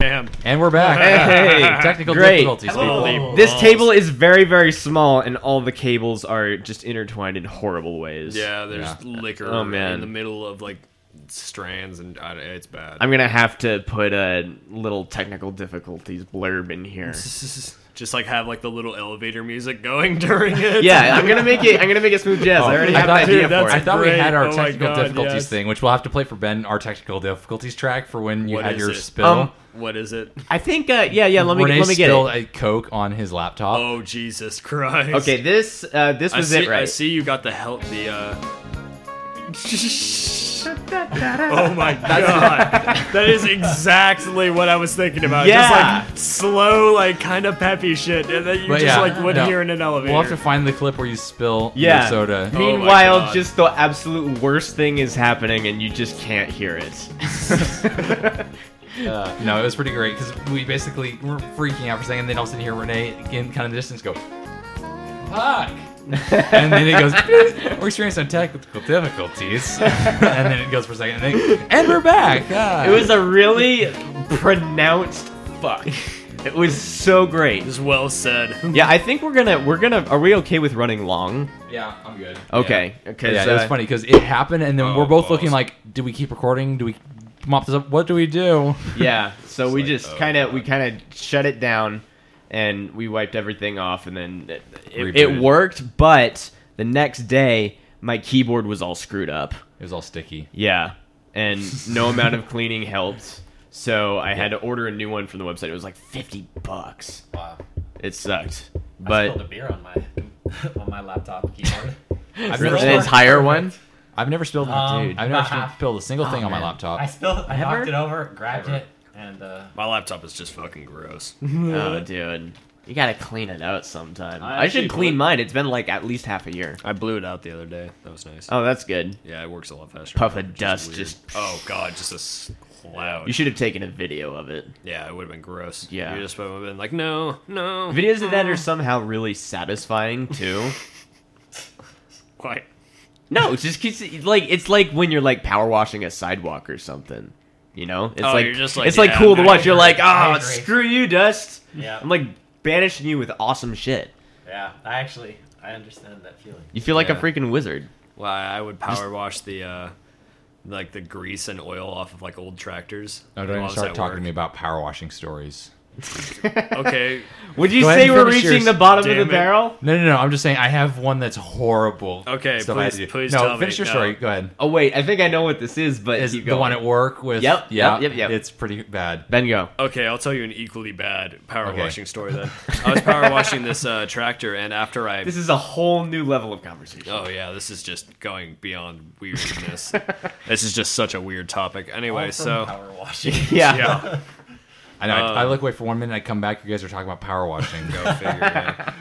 Damn.
And we're back.
Hey,
technical
great.
difficulties. people.
Holy
This
balls.
table is very, very small, and all the cables are just intertwined in horrible ways.
Yeah, there's
Yeah.
liquor
Oh, man.
in the middle of like strands, and I, it's bad.
I'm gonna have to put a little technical difficulties blurb in here.
just like have like the little elevator music going during it.
yeah, I'm gonna make it. I'm gonna make it smooth jazz. I already
Oh, I
have an
thought,
idea
dude, that's-
for
I
it.
thought we
great.
had our
Oh my
technical
God,
difficulties
yes.
thing, which we'll have to play for Ben, our technical difficulties track for when you
What
had
is
your
it?
spill.
Um,
What is it?
I think. Uh, yeah, yeah. Let me
Renee
let me get
spilled
it.
a Coke on his laptop.
Oh Jesus Christ!
Okay, this uh, this
I
was
see,
it, right?
I see you got the help. The uh. oh my god, that is exactly what I was thinking about.
Yeah.
Just like slow, like kind of peppy shit and that you
But
just
yeah,
like would
no.
hear in an elevator.
We'll have to find the clip where you spill
Yeah.
your soda.
Oh my
Meanwhile,
God.
just the absolute worst thing is happening, and you just can't hear it.
No, it was pretty great because we basically were freaking out for a second, and then all of a sudden hear Renee in kind of the distance go, "Fuck!" and then it goes, "We're experiencing some technical difficulties," and then it goes for a second, and, then, and we're back. Ah. God.
It was a really pronounced fuck. It was so great.
It's well said.
Yeah, I think we're gonna we're gonna. Are we okay with running long?
yeah, I'm good.
Okay, uh, because
Yeah, it was funny because it happened, and then
Oh,
we're both
balls.
looking like, "Do we keep recording? Do we mop this up? What do we do?"
yeah, so we
like,
just
oh,
kind of we kind of shut it down, and we wiped everything off, and then it, it,
Rebooted.
it worked. But the next day, my keyboard was all screwed up.
It was all sticky.
Yeah, and no amount of cleaning helped. So I had to order a new one from the website. It was like fifty bucks.
Wow.
It sucked,
I spilled
but
a beer on my on my laptop keyboard.
I've
an
never,
Really?
spilled,
entire one.
I've never spilled.
Um,
I've never spilled- spilled a
Oh,
single thing on my laptop.
I spilled. I
Ever?
knocked it over, grabbed it, and uh,
My laptop is just fucking gross.
Oh, dude. You gotta clean it out sometime.
I
I, should
actually
clean
would.
mine. It's been like at least half a year.
I blew it out the other day. That was nice.
Oh, that's good.
Yeah, it works a lot faster.
Puff of
Which is
dust
weird.
just-
Oh god, just a s- cloud.
You should have taken a video of it.
yeah, it would have been gross.
Yeah.
you just would have been like, no, no.
Videos of
Oh.
that are somehow really satisfying too.
Quite.
no, it's just 'cause it- like it's like when you're like power washing a sidewalk or something. You know, it's
Oh,
like,
you're just like,
it's like
yeah,
cool to
I
watch. You're like, oh,
agree.
screw you, dust.
Yeah.
I'm like banishing you with awesome shit.
yeah, I actually I understand that feeling.
You feel like a
Yeah.
freaking wizard.
Well, I would power wash the uh, like the grease and oil off of like old tractors.
No,
Oh,
don't even
While I was
start
at
talking to me
work.
about power washing stories.
Okay,
Would you
Go ahead
say
and
we're
finish
reaching
yours.
the bottom
Damn
of
it.
the barrel?
No, no, no. I'm just saying I have one that's horrible.
Okay,
stuff I had
please-
to do.
please
No,
tell me.
finish your
No.
story. Go ahead.
Oh wait, I think I know what this is, but
Is
keep
the one
going.
at work with?
Yep,
yeah,
yep, yep, yep.
It's pretty bad.
Ben go.
Okay, I'll tell you an equally bad power
Okay.
washing story then. I was power washing this uh, tractor, and after I.
This is a whole new level of conversation.
oh, yeah, this is just going beyond weirdness. this is just such a weird topic. Anyway,
All from
so.
power washing.
Yeah.
Yeah,
I know. I-
Um,
I look away for one minute. I come back. You guys are talking about power washing.
go figure. Yeah.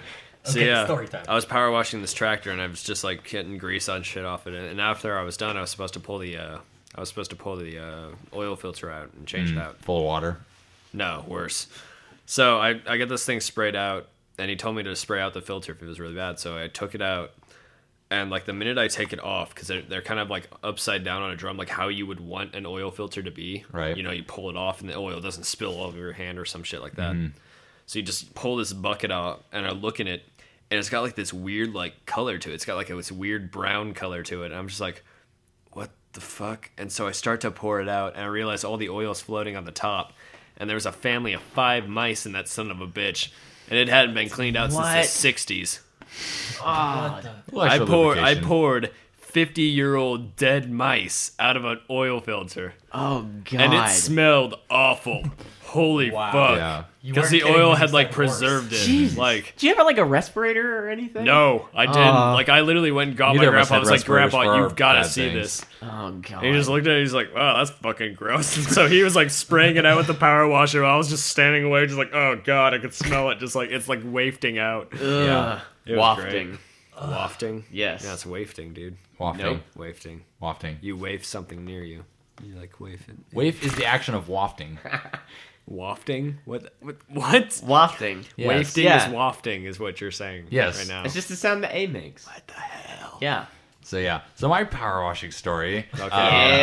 So
Okay,
yeah,
story time.
I was power washing this tractor, and I was just like getting grease on shit off it. And after I was done, I was supposed to pull the uh, I was supposed to pull the uh, oil filter out and change
Mm.
it out.
Full of water.
No, worse. So I, I get this thing sprayed out, and he told me to spray out the filter if it was really bad. So I took it out, and like the minute I take it off, because they're, they're kind of like upside down on a drum, like how you would want an oil filter to be.
Right.
You know, you pull it off, and the oil doesn't spill all over your hand or some shit like that. So you just pull this bucket out, and I look in it, and it's got like this weird like color to it. It's got like a, this weird brown color to it. And I'm just like, what the fuck? And so I start to pour it out, and I realize all the oil's floating on the top, and there was a family of five mice in that son of a bitch, and it hadn't been cleaned out
What?
since the '60s. I
I
poured, I poured. 50 year old dead mice out of an oil filter.
Oh god.
And it smelled awful. Holy
Wow.
fuck.
Yeah.
You
Because
weren't
the oil
kidding when you
had
said
like
it works.
preserved it.
Jesus.
Like
Do you have like a respirator or anything?
no, I didn't.
Aw.
like I literally went and got
Neither
my
of us
grandpa. I
had
was like,
respirators for
"Grandpa,
our
you've got to
bad
see
things.
this."
Oh god.
And he just looked at it. He's like, "Wow, that's fucking gross." And so he was like spraying it out with the power washer. While I was just standing away, just like, "Oh god, I could smell it." Just like it's like wafting out,
Ugh.
It was
wafting.
great. wafting.
Yes.
yeah, it's wafting, dude.
Wafting.
Nope, wafting.
Wafting.
You wave something near you. You like wave it.
Wave is the action of wafting.
Wafting? What? What? what?
Wafting.
Yes.
Wafting
Yeah.
is wafting, is what you're saying.
Yes.
Right now.
It's just the sound the A makes. What the hell? Yeah.
So yeah. So my power washing story. uh,
Okay.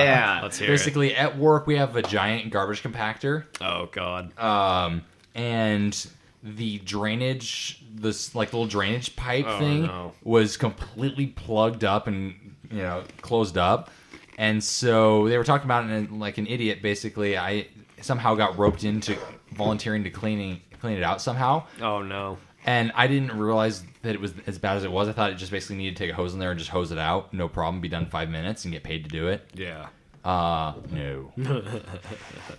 Yeah.
Let's hear
Basically, at work we have a giant garbage compactor,
it. Oh God.
um, and the drainage, this like little drainage pipe
Oh,
thing,
no.
was completely plugged up and you know closed up, and so they were talking about it and, like an idiot. Basically, I somehow got roped into volunteering to cleaning clean it out somehow,
Oh no.
and I didn't realize that it was as bad as it was. I thought it just basically needed to take a hose in there and just hose it out, no problem, be done in five minutes and get paid to do it.
Yeah.
Uh, no.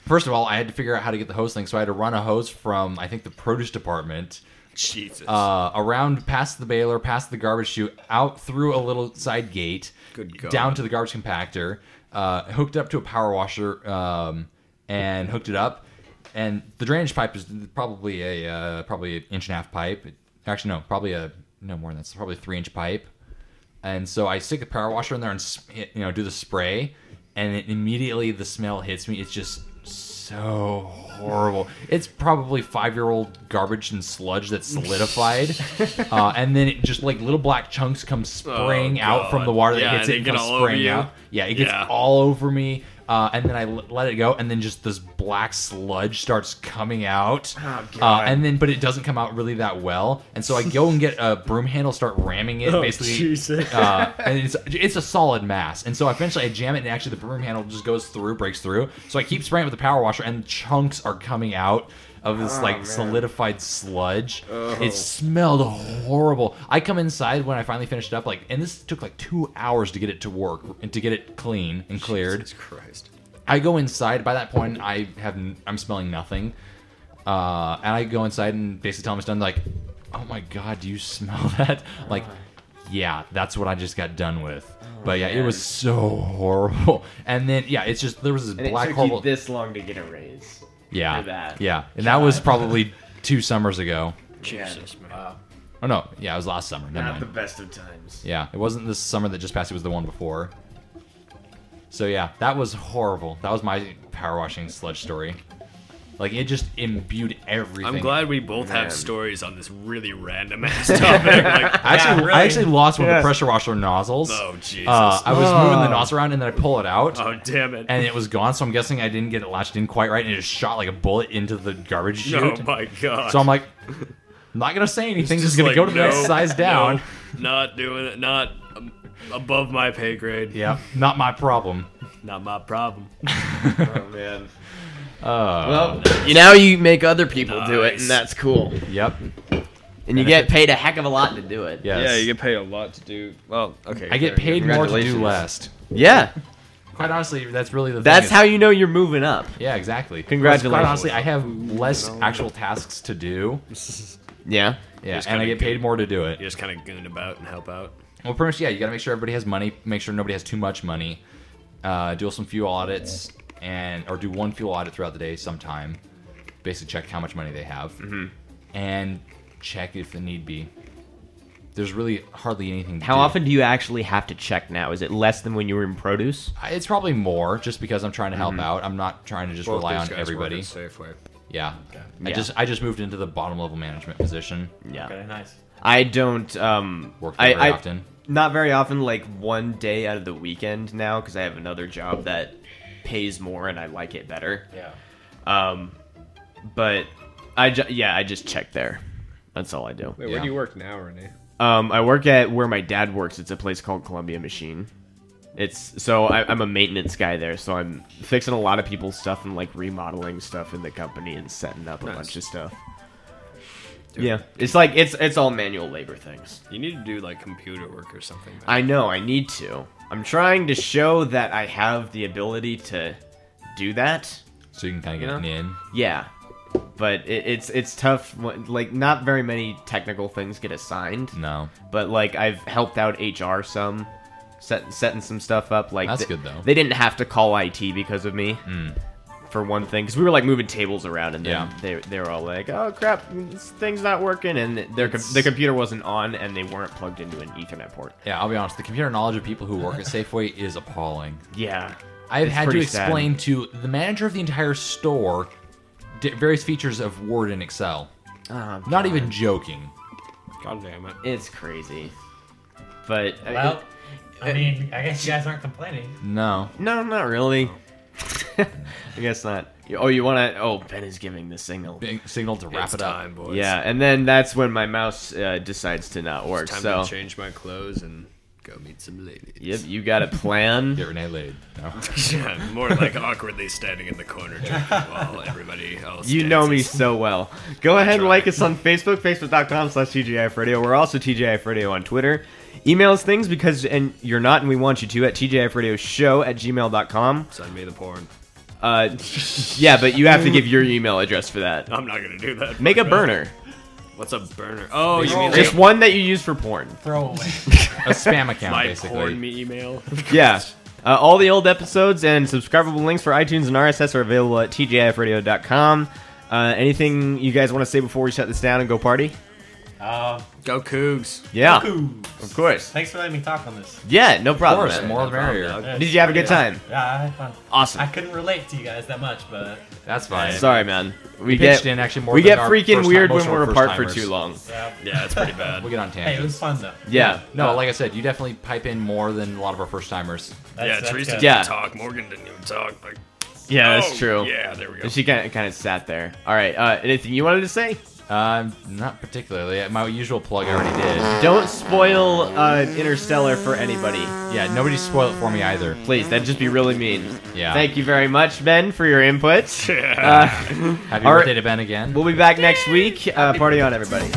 First of all, I had to figure out how to get the hose thing, so I had to run a hose from I think the produce department
Jesus.
uh, around past the baler, past the garbage chute, out through a little side gate,
Good God.
down to the garbage compactor, uh, hooked up to a power washer, um, and hooked it up. And the drainage pipe is probably a uh, probably an inch and a half pipe. Actually, no, probably a no more than that. It's probably a three inch pipe. And so I stick the power washer in there and sp- you know do the spray, and it, immediately the smell hits me. It's just so horrible. It's probably five year old garbage and sludge that's solidified, uh, and then it just like little black chunks come spraying
Oh,
out from
God.
the water that
Yeah,
hits
they
it. and
get
comes
all over
spraying
you.
out. Yeah, it gets
Yeah.
all over me. Uh, and then I l- let it go, and then just this black sludge starts coming out.
Oh,
Uh, and then, but it doesn't come out really that well. And so I go and get a broom handle, start ramming
Oh,
it, basically uh, and it's it's a solid mass. And so eventually I jam it, and actually the broom handle just goes through, breaks through. So I keep spraying it with the power washer, and chunks are coming out of this like solidified sludge. It smelled horrible. I come inside when I finally finished up, like, and this took like two hours to get it to work and to get it clean and cleared.
Jesus Christ.
I go inside. By that point, I have n- I'm smelling nothing, uh, and I go inside and basically tell him it's done. Like, oh my god, do you smell that? Like, yeah, that's what I just got done with.
Oh,
But yeah, it was so horrible. And then yeah, it's just there was this
And
black
it took
horrible.
you this long to get a raise.
yeah,
for that.
yeah, and that was probably two summers ago.
Jesus man.
Oh no, yeah, it was last summer. Never
Not
mind.
the best of times.
Yeah, it wasn't this summer that just passed. It was the one before. So yeah, that was horrible. That was my power washing sludge story. Like it just imbued everything.
I'm glad we both have stories on this really random ass topic. Like,
I actually,
Yeah,
I
really.
actually lost one of
Yeah.
the pressure washer nozzles.
oh Jesus.
Uh, I was moving the nozzle around and then I pull it out
oh damn it.
and it was gone. So I'm guessing I didn't get it latched in quite right and it just shot like a bullet into the garbage
oh
chute.
my God.
so I'm like, I'm not gonna say anything. Just, gonna
like,
go to the
no,
next size down.
no, not doing it. Not um, above my pay grade.
Yeah, not my problem.
Not my problem.
Oh man.
Oh,
well, you, now you make other people do it,
Nice.
and that's cool.
Yep.
And you get paid a heck of a lot to do it.
Yes.
get paid a lot to do. Well, okay.
I get paid more to do
Congratulations.
less.
Yeah,
Quite honestly, that's really the.
that's
thing is-
how you know you're moving up.
Yeah, exactly.
Congratulations.
Quite honestly, I have less actual tasks to do.
Yeah.
Yeah,
Just
and I
kinda
get paid more to do it.
You just kind of goon about and help out.
Well, pretty much, yeah. You got to make sure everybody has money. Make sure nobody has too much money. Uh, do some fuel audits and or do one fuel audit throughout the day sometime. Basically, check how much money they have and check if the need be. There's really hardly anything. To
How
do.
often do you actually have to check now? Is it less than when you were in produce?
I- It's probably more, just because I'm trying to help out. I'm not trying to just rely on everybody.
Safeway.
Yeah. I
Yeah.
just I just moved into the bottom level management position.
Yeah.
Okay, nice.
I don't um
Work
I,
there very
I-
often.
Not very often, like one day out of the weekend now, because I have another job that pays more and I like it better.
Yeah.
Um, but I ju- yeah, I just check there. That's all I do.
where do you
work now, Renee?
Um, I work at where my dad works. It's a place called Columbia Machine. It's so I, I'm a maintenance guy there, so I'm fixing a lot of people's stuff and like remodeling stuff in the company and setting up a bunch of stuff. yeah, it's like it's it's all manual labor things.
You need to do like computer work or something. man.
I know I need to. I'm trying to show that I have the ability to do that.
So you can kind of get
You know?
in.
Yeah, but it, it's it's tough. when- Like not very many technical things get assigned.
No.
but like I've helped out HR some, set, setting some stuff up. Like
That's
th-
good, though. Hmm.
They didn't have to call IT because of me. For one thing, because we were like moving tables around, and then
Yeah.
they they were all like, "Oh crap, this thing's not working," and their com- the computer wasn't on, and they weren't plugged into an Ethernet port.
Yeah, I'll be honest. The computer knowledge of people who work at Safeway is appalling.
Yeah,
I've
It's
had to
pretty sad.
explain to the manager of the entire store di various features of Word and Excel.
Oh,
Not even joking.
God damn it.
it's crazy. But uh, I-
Well, uh, I mean, I guess you guys aren't complaining.
No.
No, not really. I guess not. Oh, you want to? Oh, Ben is giving the signal.
Big signal to wrap
it's
it up.
time, boys.
Yeah, and then that's when my mouse uh, decides to not work.
It's time
So,
to change my clothes and go meet some ladies.
yep, you got a plan.
Get Renee laid. No.
Yeah, more like awkwardly standing in the corner drinking while everybody else.
You know me
dances.
so well. Go ahead and
try.
like us on Facebook, facebook.com slash TGIF Radio. We're also TGIF Radio on Twitter. Email us things because, and you're not, and we want you to, at TGIF Radio Show at gmail.com.
Send me the porn.
Uh, yeah, but you have to give your email address for that.
I'm not gonna do that.
Make a burner.
What's a burner? Oh, you mean
Just
like
one that you use for porn.
Throw away.
A spam account,
my
basically.
porn me email?
Yeah. Uh, all the old episodes and subscribable links for iTunes and RSS are available at tgifradio.com. Uh, anything you guys want to say before we shut this down and go party?
Um,
Go Cougs.
Yeah,
Cougs.
of course.
Thanks for letting me talk on this.
Yeah, no
Of
problem.
course,
man.
more the merrier.
Yeah,
Did you have a good time?
Yeah, I had fun.
Awesome.
I couldn't relate to you guys that much, but
That's fine.
Sorry, man. We
pitched
get
in actually more
we
than
get
our
freaking
first-
weird
most
when
of our
we're apart for
first-timers.
too long.
yeah.
Yeah, it's pretty bad.
We get on
Hey, it
tangents.
was fun though.
Yeah.
No, like I said, you definitely pipe in more than a lot of our first timers.
That's,
yeah,
that's
Teresa
good.
didn't
Yeah.
talk. Morgan didn't even talk. Like,
Yeah, that's
oh,
true.
Yeah, there we go.
And she kind of kind of sat there. All right. Uh, anything you wanted to say?
Uh, not particularly. My usual plug I already did.
Don't spoil uh, Interstellar for anybody,
Yeah, nobody spoil it for me either.
please. That'd just be really mean.
Yeah.
Thank you very much, Ben, for your input.
Yeah.
Uh,
Happy
All right.
birthday to Ben again.
we'll be back next week. Uh, party on, everybody.